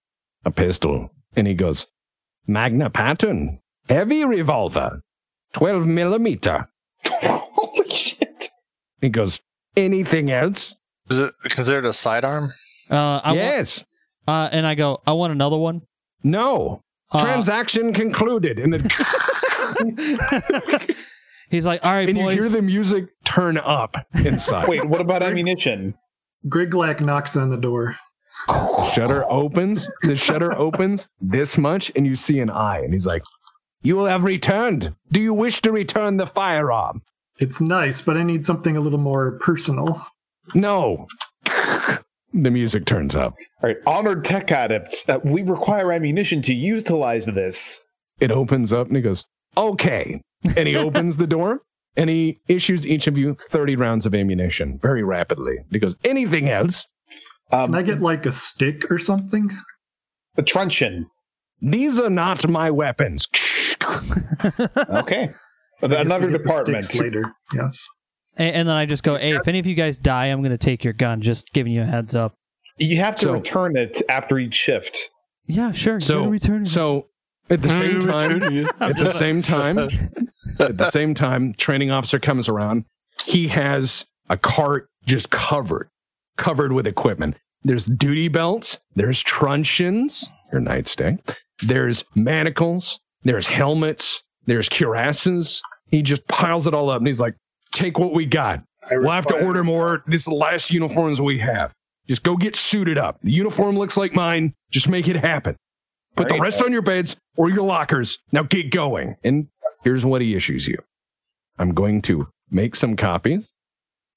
a pistol, and he goes, "Magna Pattern, heavy revolver, twelve millimeter." Holy shit. He goes, "Anything else?" Is it considered a sidearm? uh, I want, yes. uh, and I go, I want another one. no. Uh, Transaction concluded, and then He's like, all right, and you boys. hear the music turn up inside. Wait, what about ammunition? Griglack knocks on the door. shutter opens. The shutter opens this much, and you see an eye, and he's like, "You will have returned. Do you wish to return the firearm?" It's nice, but I need something a little more personal. No. The music turns up. All right, honored tech adept, uh, we require ammunition to utilize this. It opens up and he goes, okay. And he opens the door and he issues each of you 30 rounds of ammunition very rapidly. He goes, anything else? Um, Can I get like a stick or something? the truncheon. These are not my weapons. Okay. I guess Another we get the department. sticks later. Yes. A- and, then I just go, hey, if any of you guys die, I'm gonna take your gun. Just giving you a heads up. You have to So- return it after each shift. Yeah, sure. So, you're returning. so at the same time, at the same time, at the same time, training officer comes around. He has a cart just covered, covered with equipment. There's duty belts. There's truncheons, your nightstick. There's manacles. There's helmets. There's cuirasses. He just piles it all up and he's like, take what we got. I We'll have to require- order more. This is the last uniforms we have. Just go get suited up. The uniform looks like mine. Just make it happen. Put the Right. rest on your beds or your lockers. Now get going. And here's what he issues you I'm going to make some copies.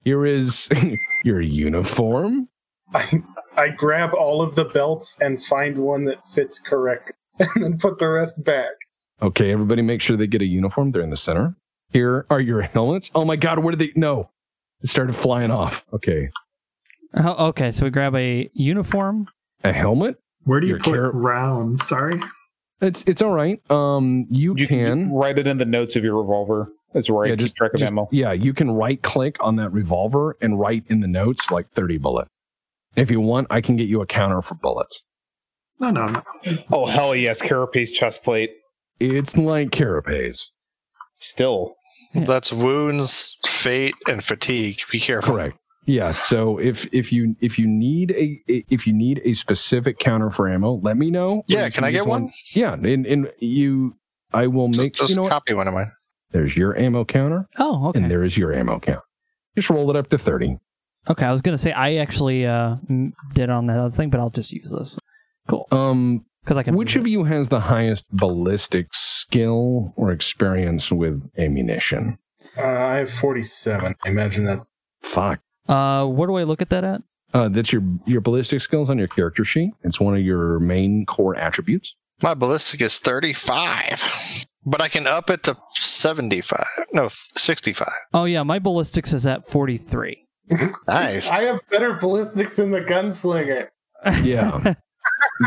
Here is your uniform. I, I grab all of the belts and find one that fits correct, and then put the rest back. Okay, everybody make sure they get a uniform. They're in the center. Here are your helmets. Oh my God, where did they? No, it started flying off. Okay, Oh, okay, so we grab a uniform. a helmet. Where do you Your put carrot- rounds? Sorry. It's it's all right. Um, you, You can can write it in the notes of your revolver. That's where I keep track of just- ammo. Yeah, you can right click on that revolver and write in the notes like 30 bullets. If you want, I can get you a counter for bullets. No, no, no. Oh hell yes, carapace chest plate. It's like carapace. Still. That's wounds, fate, and fatigue. Be careful. Correct. Yeah. So if if you if you need a if you need a specific counter for ammo, let me know. or Yeah, you can I use get one? Yeah, and and you I will make just you know what? copy one of mine. there's your ammo counter Oh, okay. and there is your ammo count. Just roll it up to 30. Okay, I was gonna say I actually uh, m- did on that other thing, but I'll just use this Um because I can. Which of you has the highest ballistic skill or experience with ammunition? Uh, I have 47. I imagine that's Fuck. you? Uh, what do I look at that at? Uh, that's your your ballistic skills on your character sheet. It's one of your main core attributes. My ballistic is 35. But I can up it to 75. No, 65. Oh yeah, my ballistics is at 43. nice. I have better ballistics than the gunslinger. Yeah. Um,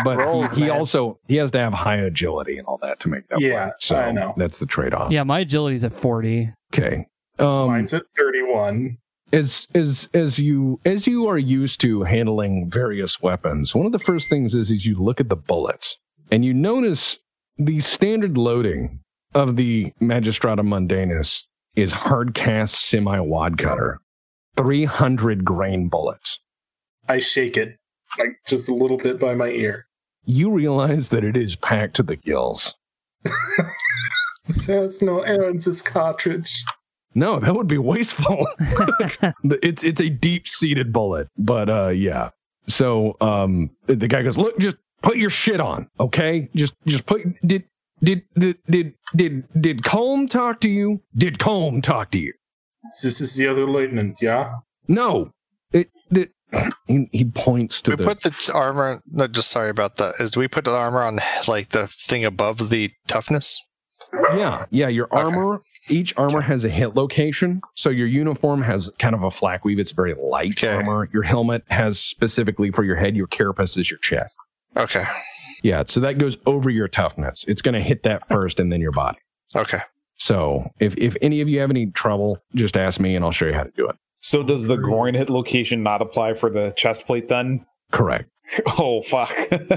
But he, he also he has to have high agility and all that to make that Yeah, work. So I know. that's the trade off. Yeah, my agility's at 40. Okay. Um, Mine's at 31. as as as you as you are used to handling various weapons, one of the first things is is you look at the bullets and you notice the standard loading of the Magistrata Mundanus is hard cast semi wad cutter, three hundred grain bullets. I shake it like just a little bit by my ear. You realize that it is packed to the gills. Says no errands his cartridge. No, that would be wasteful. it's it's a deep seated bullet, but uh, yeah. So um, the guy goes, "Look, just put your shit on, okay? Just just put did did did did did, did Combe talk to you? Did Combe talk to you? This is the other lieutenant, yeah? No. It, it he, he points to We the put the armor. No, just sorry about that. Is do we put the armor on like the thing above the toughness? Yeah, yeah. Your armor, each armor has a hit location. So your uniform has kind of a flak weave. It's very light armor. Your helmet has specifically for your head. Your carapace is your chest. Okay. Yeah. So that goes over your toughness. It's going to hit that first, and then your body. Okay. So if if any of you have any trouble, just ask me, and I'll show you how to do it. So does the groin hit location not apply for the chest plate then? Correct. Oh fuck.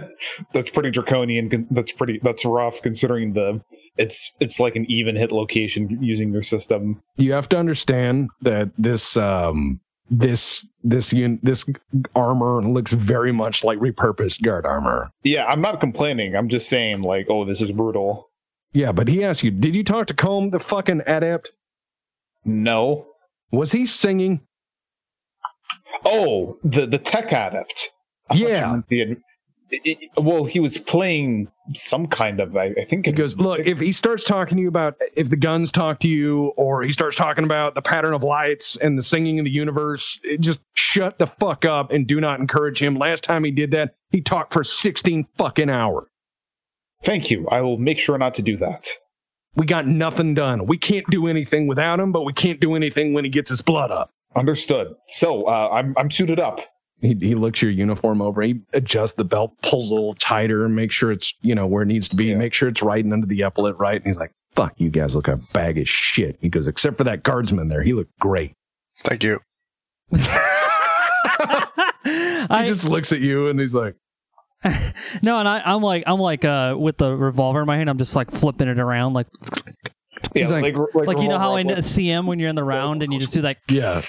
that's pretty draconian. con- That's pretty that's rough considering the it's it's like an even hit location using your system. you have to understand that this um this this un- this armor looks very much like repurposed guard armor. Yeah, I'm not complaining. I'm just saying like, oh, this is brutal. Yeah, but he asked you, did you talk to Combe, the fucking adept? No. Was he singing? Oh, the the tech adept. Yeah. The, ad- i- i- well, he was playing some kind of. I, I think He goes, look, if he starts talking to you about if the guns talk to you, or he starts talking about the pattern of lights and the singing of the universe, it- just shut the fuck up and do not encourage him. Last time he did that, he talked for 16 fucking hours. Thank you. I will make sure not to do that. We got nothing done. We can't do anything without him, but we can't do anything when he gets his blood up. Understood. So uh, I'm I'm suited up. He, he looks your uniform over. He adjusts the belt, pulls a little tighter, make sure it's you know where it needs to be, make sure it's right and under the epaulet, right. And he's like, "Fuck, you guys look a bag of shit." He goes, "Except for that guardsman there, he looked great." Thank you. he just looks at you and he's like, No, and I, I'm like, I'm like, uh, with the revolver in my hand, I'm just like flipping it around, like, Yeah, He's like- like, you know how in a CM when you're in the round and you just do like "Yeah."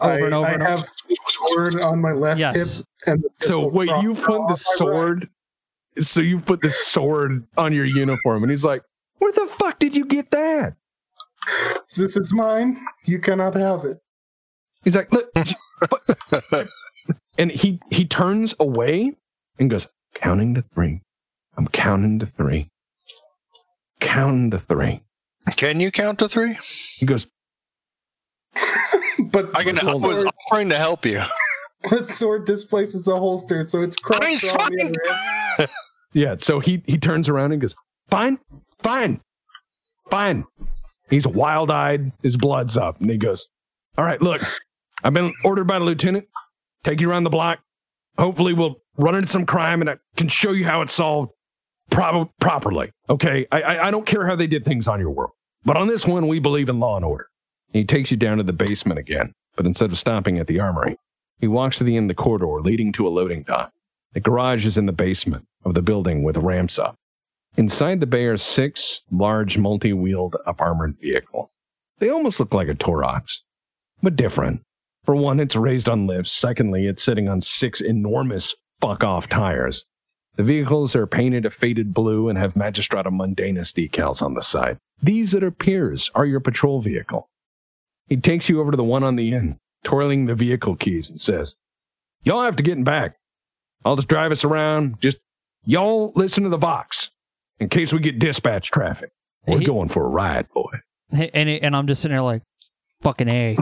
over I, and over I and over. have the sword on my left Yes. hip. And the So pistol wait, drawn you put on the my sword. So you put the sword on your uniform, and he's like, "Where the fuck did you get that?" right. This is mine. You cannot have it. He's like, "Look," and he he turns away and goes, "Counting to three. I'm counting to three. Counting to three. Can you count to three? He goes, But I can. I the was sword, offering to help you. the sword displaces a holster, so it's I mean, crossed on the fucking- other end. "Yeah." So he he turns around and goes, "Fine, fine, fine." He's wild eyed. His blood's up, and he goes, "All right, look, I've been ordered by the lieutenant. Take you around the block. Hopefully, we'll run into some crime, and I can show you how it's solved prob- properly. Okay, I, I I don't care how they did things on your world, but on this one, we believe in law and order." He takes you down to the basement again, but instead of stopping at the armory, he walks to the end of the corridor leading to a loading dock. The garage is in the basement of the building with ramps up. Inside the bay are six large multi wheeled up armored vehicle. They almost look like a Torox, but different. For one, it's raised on lifts. Secondly, it's sitting on six enormous fuck off tires. The vehicles are painted a faded blue and have Magistrata Mundanus decals on the side. These, it appears, are your patrol vehicle. He takes you over to the one on the end, twirling the vehicle keys, and says, Y'all have to get in back. I'll just drive us around. Just y'all listen to the Vox in case we get dispatch traffic. We're He- going for a ride, boy. Hey, and it- and I'm just sitting there like, fucking a.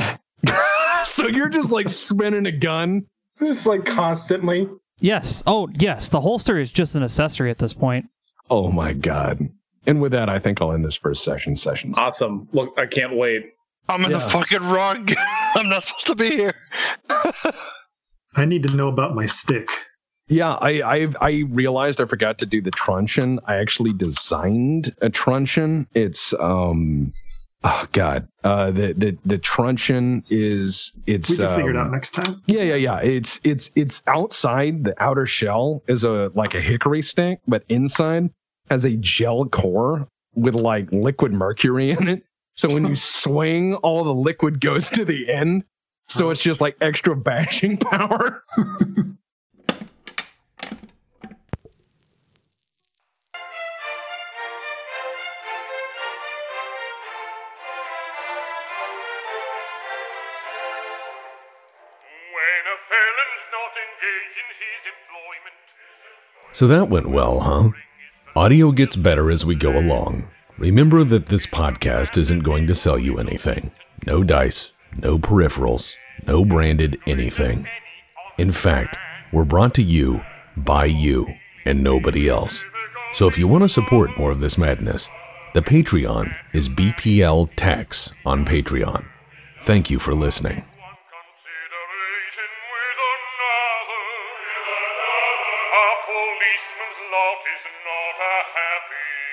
so you're just like spinning a gun. Just like constantly. yes. Oh, yes. The holster is just an accessory at this point. Oh my God. And with that, I think I'll end this first session. Sessions. Awesome. Look, I can't wait. I'm in the fucking wrong. I'm not supposed to be here. I need to know about my stick. Yeah, I I've, I realized I forgot to do the truncheon. I actually designed a truncheon. It's um, oh god, uh, the the the truncheon is it's We can figure it um, out next time. Yeah, yeah, yeah. It's it's it's outside the outer shell is a like a hickory stick, but inside has a gel core with like liquid mercury in it. So when you swing, all the liquid goes to the end. So it's just like extra bashing power. When a felon's not engaged in his employment, So that went well, huh? Audio gets better as we go along. Remember that this podcast isn't going to sell you anything. No dice, no peripherals, no branded anything. In fact, we're brought to you by you and nobody else. So if you want to support more of this madness, the Patreon is BPL Tax on Patreon. Thank you for listening. a policeman's lot is not a happy